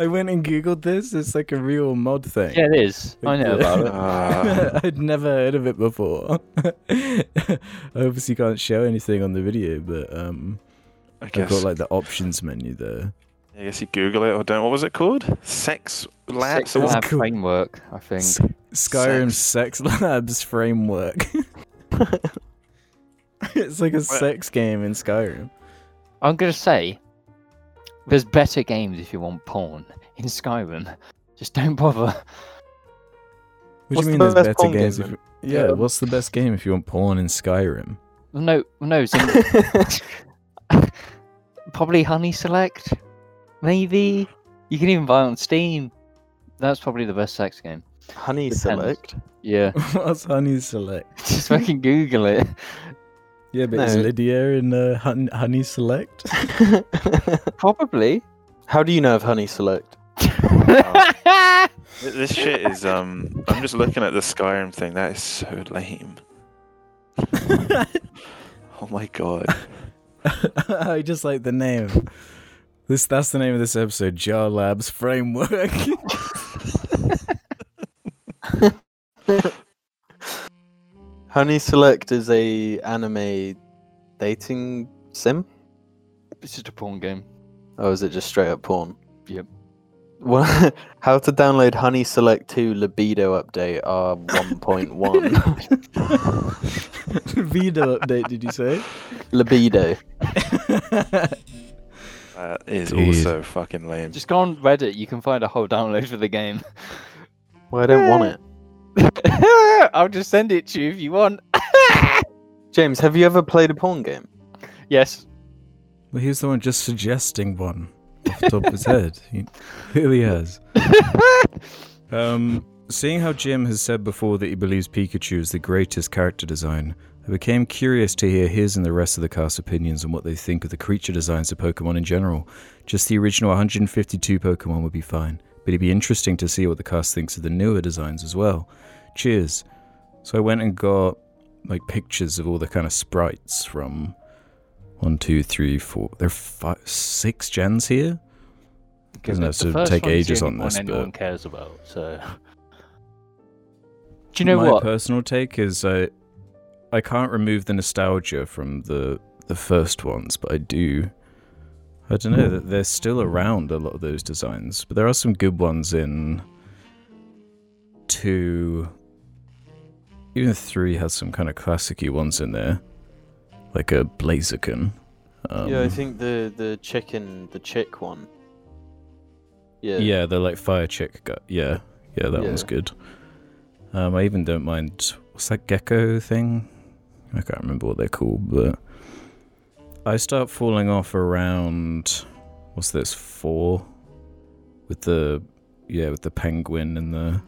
I went and googled this. It's like a real mod thing. Yeah, it is. I know about it. Ah. Um, I'd never heard of it before. I obviously can't show anything on the video, but um, I I've guess. got like the options menu there. I guess you Google it or don't. What was it called? Sex Labs. Sex or what? Lab cool. framework, I think. S- Skyrim Sex, Labs framework. it's like a sex game in Skyrim. I'm gonna say, there's better games if you want porn in Skyrim. Just don't bother. What What's do you mean the there's best better porn game games? if then? you... yeah, what's the best game if you want porn in Skyrim? No, no. it's in- probably Honey Select. Maybe you can even buy it on Steam. That's probably the best sex game. Honey Depends. select. Yeah, what's Honey Select? just fucking Google it. Yeah, but is No. Lydia in uh, hun- Honey Select? Probably. How do you know of honey select? Oh. Th- This shit is. Um, I'm just looking at the Skyrim thing. That is so lame. oh my god. I just like the name. This that's the name of this episode, Jar Labs Framework. Honey select is a anime dating sim. it's just a porn game. Or is it just straight up porn? Yep. Well, how to download Honey Select 2 Libido Update R1.1. Vito update, did you say? libido. That is Dude. also fucking lame. Just go on Reddit. You can find a whole download for the game. Well, I don't want it. I'll just send it to you if you want. James, have you ever played a porn game? Yes. Well, he's the one just suggesting one off the top of his head. He clearly has. Um, seeing how Jim has said before that he believes Pikachu is the greatest character design, I became curious to hear his and the rest of the cast's opinions on what they think of the creature designs of Pokemon in general. Just the original 152 Pokemon would be fine, but it'd be interesting to see what the cast thinks of the newer designs as well. Cheers. So I went and got like pictures of all the kind of sprites from one, two, three, four. There are five, six gens here. Doesn't have to take ages on this, anyone but cares about. So Do you know my what? personal take is I, I can't remove the nostalgia from the the first ones, but I do. I don't Hmm. know that they're still around a lot of those designs, but there are some good ones in two. Even three has some kind of classicy ones in there, like a Blaziken. Um, yeah, I think the, the chicken, the chick one Yeah. Yeah, the like fire chick. Guy. Yeah, yeah, that Yeah. one's good. Um, I even don't mind what's that gecko thing? I can't remember what they're called, but I start falling off around what's this four with the yeah with the penguin and the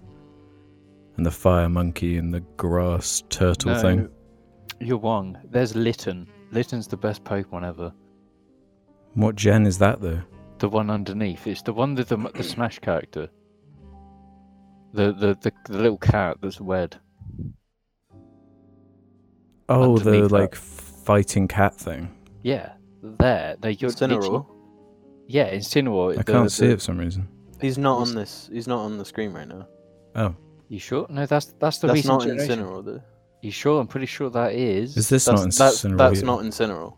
and the fire monkey and the grass turtle No, thing. You're wrong. There's Litten. Litten's the best Pokemon ever. What gen is that though? The one underneath. It's the one with the, m- the Smash character. The the, the the little cat that's red. Oh, Underneath the that. like fighting cat thing. Yeah, there. They you're Cineroar. literally- Yeah, Incineroar. I the- can't the- see it for some reason. He's not on this. He's not on the screen right now. Oh, You sure? No, that's that's the That's recent not generation. Incineroar. Though. You sure? I'm pretty sure that is. is this That's not in that's, Cineroy that's yet? not Incineroar.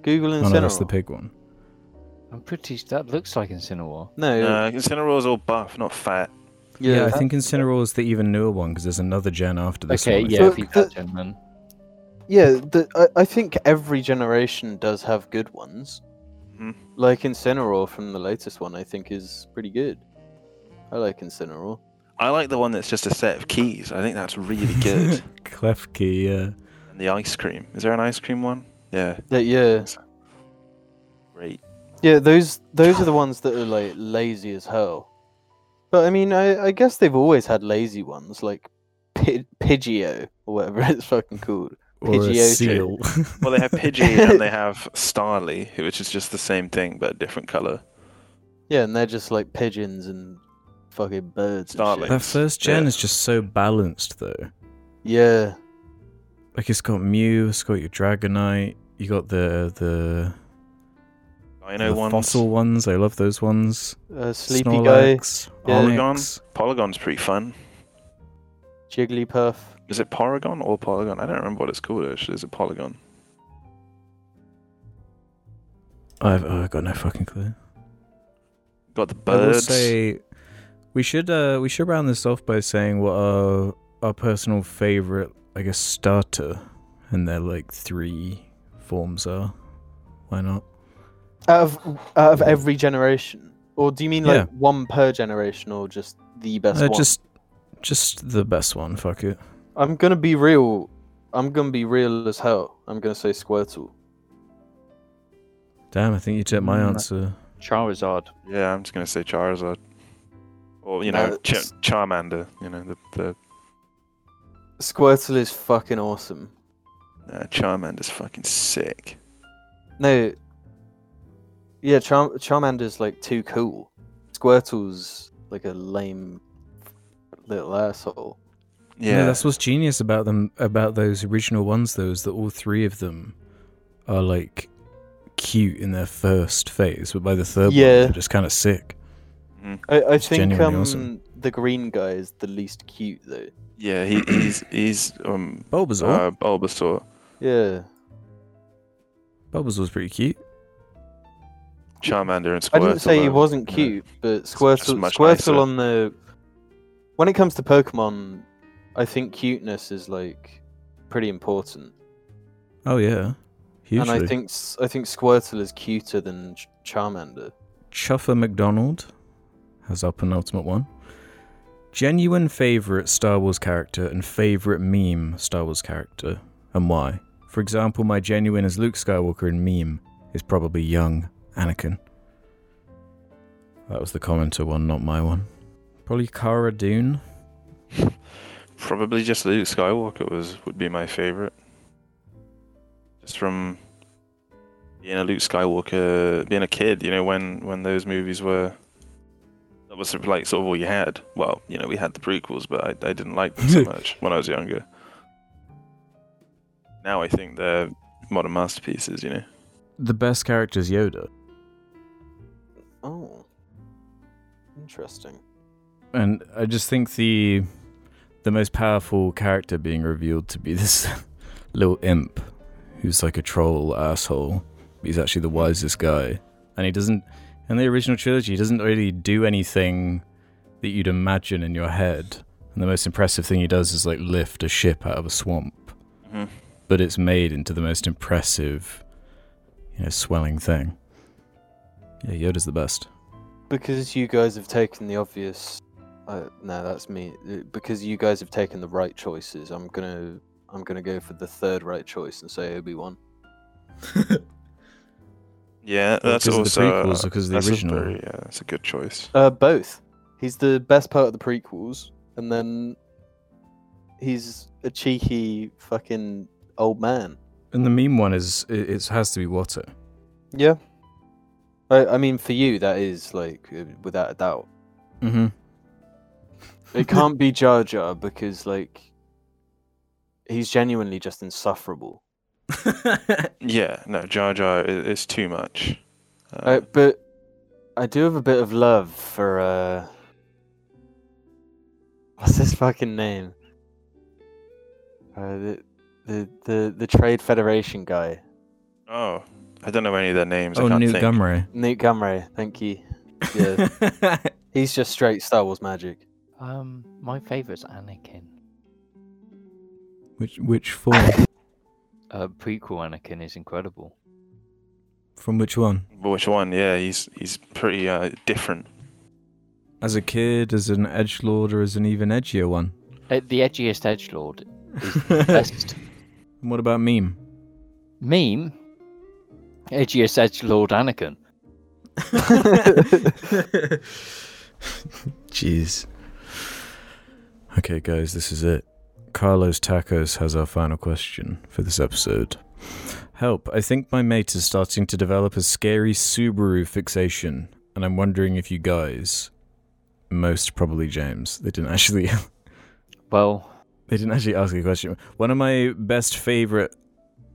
Google Oh Incineroar. no, that's the pig one. I'm pretty. That looks like Incineroar. No, Nah, Incineroar's all buff, not fat. Yeah, I that- think Incineroar is the even newer one because there's another gen after this okay, one. yeah, But if you the- that gentleman. Yeah, the, I, I think every generation does have good ones. Mhm. Like Incineroar from the latest one, I think is pretty good. I like Incineroar. I like the one that's just a set of keys. I think that's really good. Klefki, yeah. and the ice cream. Is there an ice cream one? Yeah, Yeah, yeah, great. yeah. Those those are the ones that are like lazy as hell. But I mean, I, I guess they've always had lazy ones, like Pi- Pidgeot or whatever it's fucking called. Or a Pidgeotto. seal. Well, they have Pidgey and they have Starly, which is just the same thing but a different color. Yeah, and they're just like pigeons and fucking birds. And shit. Starling. that first gen Yeah. is just so balanced, though. Yeah, Like, it's got Mew, it's got your Dragonite, you got the the, Dino the ones. fossil ones. I love those ones. uh, sleepy guy, Snorlax, Yeah. Onyx. Polygon's pretty fun. Jigglypuff. Is it Porygon or Polygon? I don't remember what it's called actually. Is it Polygon? I've oh, I've got no fucking clue. Got the I will birds. say we should uh we should round this off by saying what our our personal favorite I guess starter and their like three forms are. Why not? Out of out of every generation, or do you mean like one per generation, or just the best Uh, one? just just the best one. Fuck it. I'm gonna be real. I'm gonna be real as hell. I'm gonna say Squirtle. Damn, I think you took my Mm. answer. Charizard. Yeah, I'm just gonna say Charizard. Or you know, No, Ch- it's- Charmander. You know the the Squirtle is fucking awesome. uh, Charmander's fucking sick. No, yeah, Char- Charmander's like too cool. Squirtle's like a lame little asshole. Yeah, Yeah, that's what's genius about them about those original ones though is that all three of them are like cute in their first phase, but by the third one Yeah. they're just kind of sick. Mm. I, I think um genuinely awesome. the green guy is the least cute though. yeah. He, he's he's um Bulbasaur. uh, Bulbasaur. Yeah, Bulbasaur's pretty cute. Charmander and Squirtle. I didn't say he are, wasn't you know, cute, but just Squirtle, much Squirtle nicer. on the. When it comes to Pokemon, I think cuteness is like pretty important, Oh yeah, hugely. and I think s- I think Squirtle is cuter than Ch- Charmander. Chuffer McDonald has our penultimate one. Genuine favorite Star Wars character and favorite meme Star Wars character, and why? For example, my genuine as Luke Skywalker in meme is probably young Anakin. That was the commenter one, not my one. Probably Cara Dune. Probably just Luke Skywalker was would be my favorite. Just from being a Luke Skywalker, being a kid, you know, when when those movies were, that was sort of like sort of all you had. Well, you know, we had the prequels, but I, I didn't like them so much when I was younger. Now I think they're modern masterpieces, you know. The best character is Yoda, Oh, interesting. and I just think the the most powerful character being revealed to be this little imp who's like a troll asshole. He's actually the wisest guy. And he doesn't, in the original trilogy, he doesn't really do anything that you'd imagine in your head. And the most impressive thing he does is like lift a ship out of a swamp. Mhm. But it's made into the most impressive, you know, swelling thing. Yeah, Yoda's the best. because you guys have taken the obvious. Uh, no, that's me. Uh, Because you guys have taken the right choices. I'm gonna, I'm gonna go for the third right choice and say Obi Wan. Yeah, because that's of the also prequels or because of the that's a original? very- yeah, that's a good choice. Uh, both. He's the best part of the prequels, and then he's a cheeky fucking old man. And the meme one is it, it has to be Water. Yeah. I, I mean, for you, that is like uh, without a doubt. Mm-hmm. It can't be Jar Jar because like he's genuinely just insufferable. Yeah, no, Jar Jar is, is too much. Uh, Oh, Uh, but I do have a bit of love for uh what's his fucking name? Uh, the, the the the Trade Federation guy, oh, I don't know any of their names. Oh, I can't Newt think. Gumrow. Newt Gumray. Thank you. Yeah, he's just straight Star Wars magic. Um, my favourite's Anakin. which which form? Uh, prequel Anakin is incredible. From which one? But which one? Yeah, he's he's pretty uh, different. As a kid, as an edge lord, or as an even edgier one? Uh, the edgiest edge lord. and Best what about meme? meme. Edgiest edge lord Anakin. Jeez. Okay, guys, this is it. Carlos Tacos has our final question for this episode. Help, I think my mate is starting to develop a scary Subaru fixation, and I'm wondering if you guys, most probably James, they didn't actually Well, they didn't actually ask a question. One of my best favorite,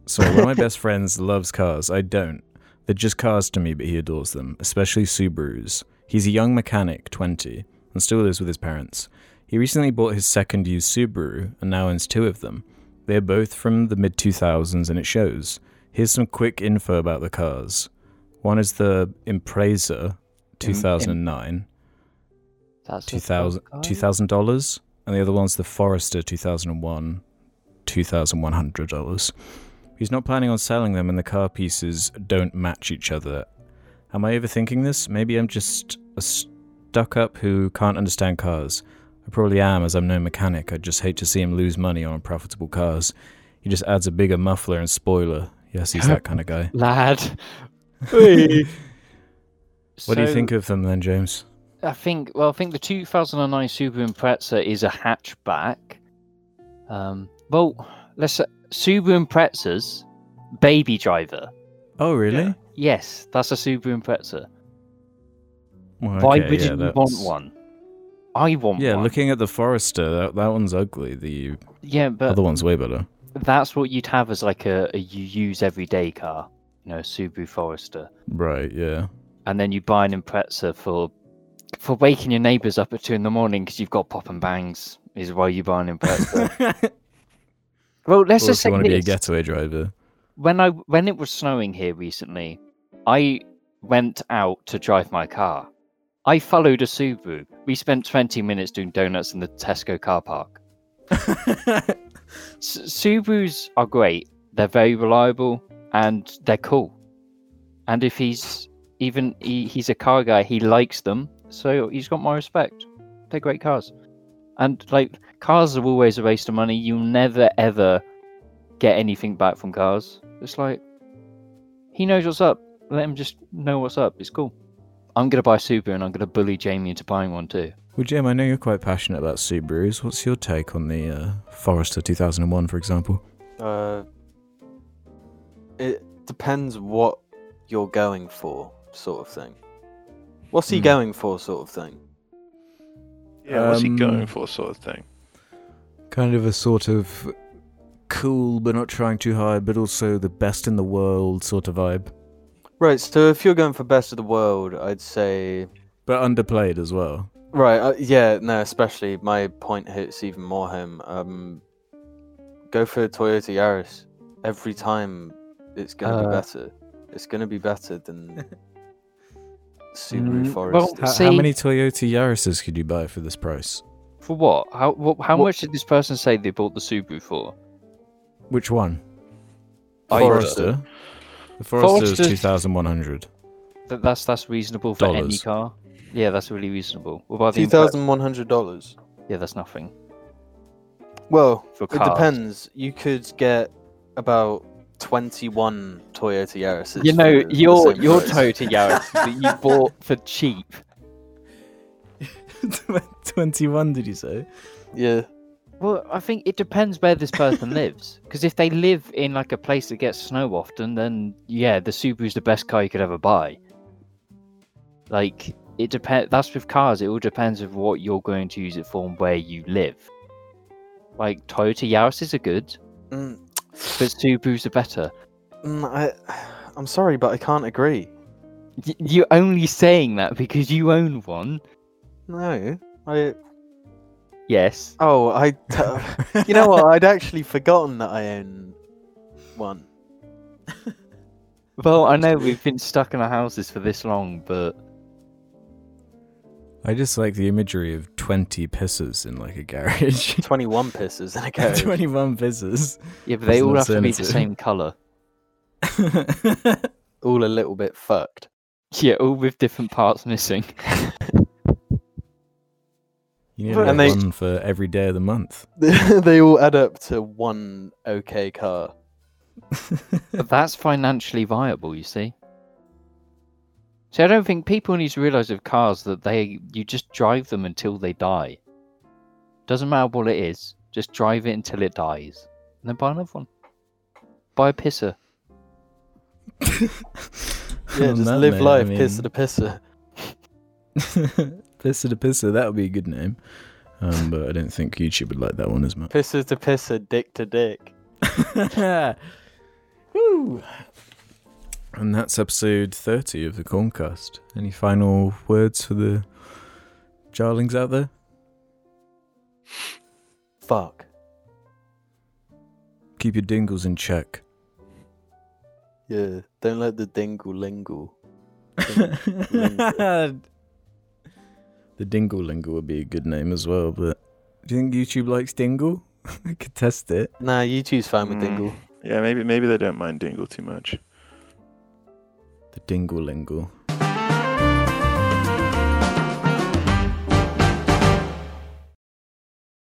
sorry, one of my best friends loves cars. I don't. They're just cars to me, but he adores them, especially Subarus. He's a young mechanic, 20, and still lives with his parents. He recently bought his second used Subaru and now owns two of them. They are both from the mid 2000s and it shows. Here's some quick info about the cars. One is the Impreza 2009. that's a $2,000 fuck, guys. $2,000, and the other one's the Forester 2001, $2,100. He's not planning on selling them, and the car pieces don't match each other. Am I overthinking this? Maybe I'm just a stuck up who can't understand cars. I probably am, as I'm no mechanic. I just hate to see him lose money on unprofitable cars. He just adds a bigger muffler and spoiler. Yes, he's that kind of guy. Lad. What do you think of them then, James? I think well, I think the 2009 Subaru Impreza is a hatchback. Um, well, let's say Subaru Impreza's baby driver. Oh, really? Yes, that's a Subaru Impreza. Well, Why okay, yeah, wouldn't you want that's- one? I want Yeah, one. looking at the Forester, that, that one's ugly. The yeah, but other one's way better. that's what you'd have as like a, a you use everyday car, you know, a Subaru Forester, Right, yeah. and then you buy an Impreza for for waking your neighbours up at two in the morning because you've got pop and bangs is why you buy an Impreza. well, let's or just if say you want to be a this. getaway driver. when I when it was snowing here recently, I went out to drive my car. I followed a Subaru. We spent 20 minutes doing donuts in the Tesco car park. S- Subarus are great. They're very reliable and they're cool. And if he's even he, he's a car guy, he likes them, so he's got my respect. They're great cars. And like cars are always a waste of money. You never ever get anything back from cars. It's like he knows what's up. Let him just know what's up. It's cool. I'm gonna buy a Subaru and I'm gonna bully Jamie into buying one too. Well, Jim, I know you're quite passionate about Subarus. What's your take on the uh, Forester 2001, for example? Uh, it depends what you're going for, sort of thing. What's he Hmm. going for, sort of thing? Yeah, what's he Um, going for, sort of thing? Kind of a sort of cool, but not trying too hard, but also the best in the world sort of vibe. Right. So if you're going for best of the world, I'd say But underplayed as well. right. Uh, yeah. No. Especially my point hits even more home. Um, go for a Toyota Yaris. Every time, it's gonna Uh, be better. It's gonna be better than Subaru Mm, well, Forester. How, how See- many Toyota Yaris's could you buy for this price? For what? How wh- how What- much did this person say they bought the Subaru for? Which one? I- Forester. The Forester is Forrester's- 2,100. That that's that's reasonable for any Dollars. car. Yeah, that's really reasonable. What about the Two impre- thousand one hundred dollars. Yeah, that's nothing. Well, For it cars. depends. You could get about twenty-one Toyota Yaris. You know, your your Toyota. Toyota Yaris that you bought for cheap. 21, did you say? Yeah. Well, I think it depends where this person lives. Because if they live in like a place that gets snow often, then yeah, the Subaru's the best car you could ever buy. Like it depends. That's with cars. It all depends of what you're going to use it for and where you live. Like Toyota Yaris are good, Mm, but Subarus are better. mm, I, I'm sorry, but I can't agree. Y- you're only saying that because you own one. No. I. Yes. Oh, I. t- you know what? I'd actually forgotten that I own one. Well, I know we've been stuck in our houses for this long, but I just like the imagery of 20 pissers in like a garage. Twenty-one pisses in a carriage. 21 pissers. yeah, but That's they an all have to be the alternative. same color. All a little bit fucked. Yeah, all with different parts missing. You need But- like And they- one for every day of the month. they all add up to one okay car. But that's financially viable, you see. So I don't think people need to realise with cars that they you just drive them until they die. Doesn't matter what it is, just drive it until it dies. And then buy another one. Buy a pisser. Yeah, On just that live note, I life, mean- piss at a pisser. pisser to pisser, that would be a good name. Um, but I don't think YouTube would like that one as much. Pisser to pisser, dick to dick. Woo! And that's episode 30 of the Corncast. Any final words for the jarlings out there? Fuck. Keep your dingles in check. Yeah, don't let the dingle lingle. the Dingle Lingle would be a good name as well, but do you think YouTube likes Dingle? I could test it. Nah, you choose fine with Mm. dingle. Yeah, maybe maybe they don't mind Dingle too much. The Dingle Lingle.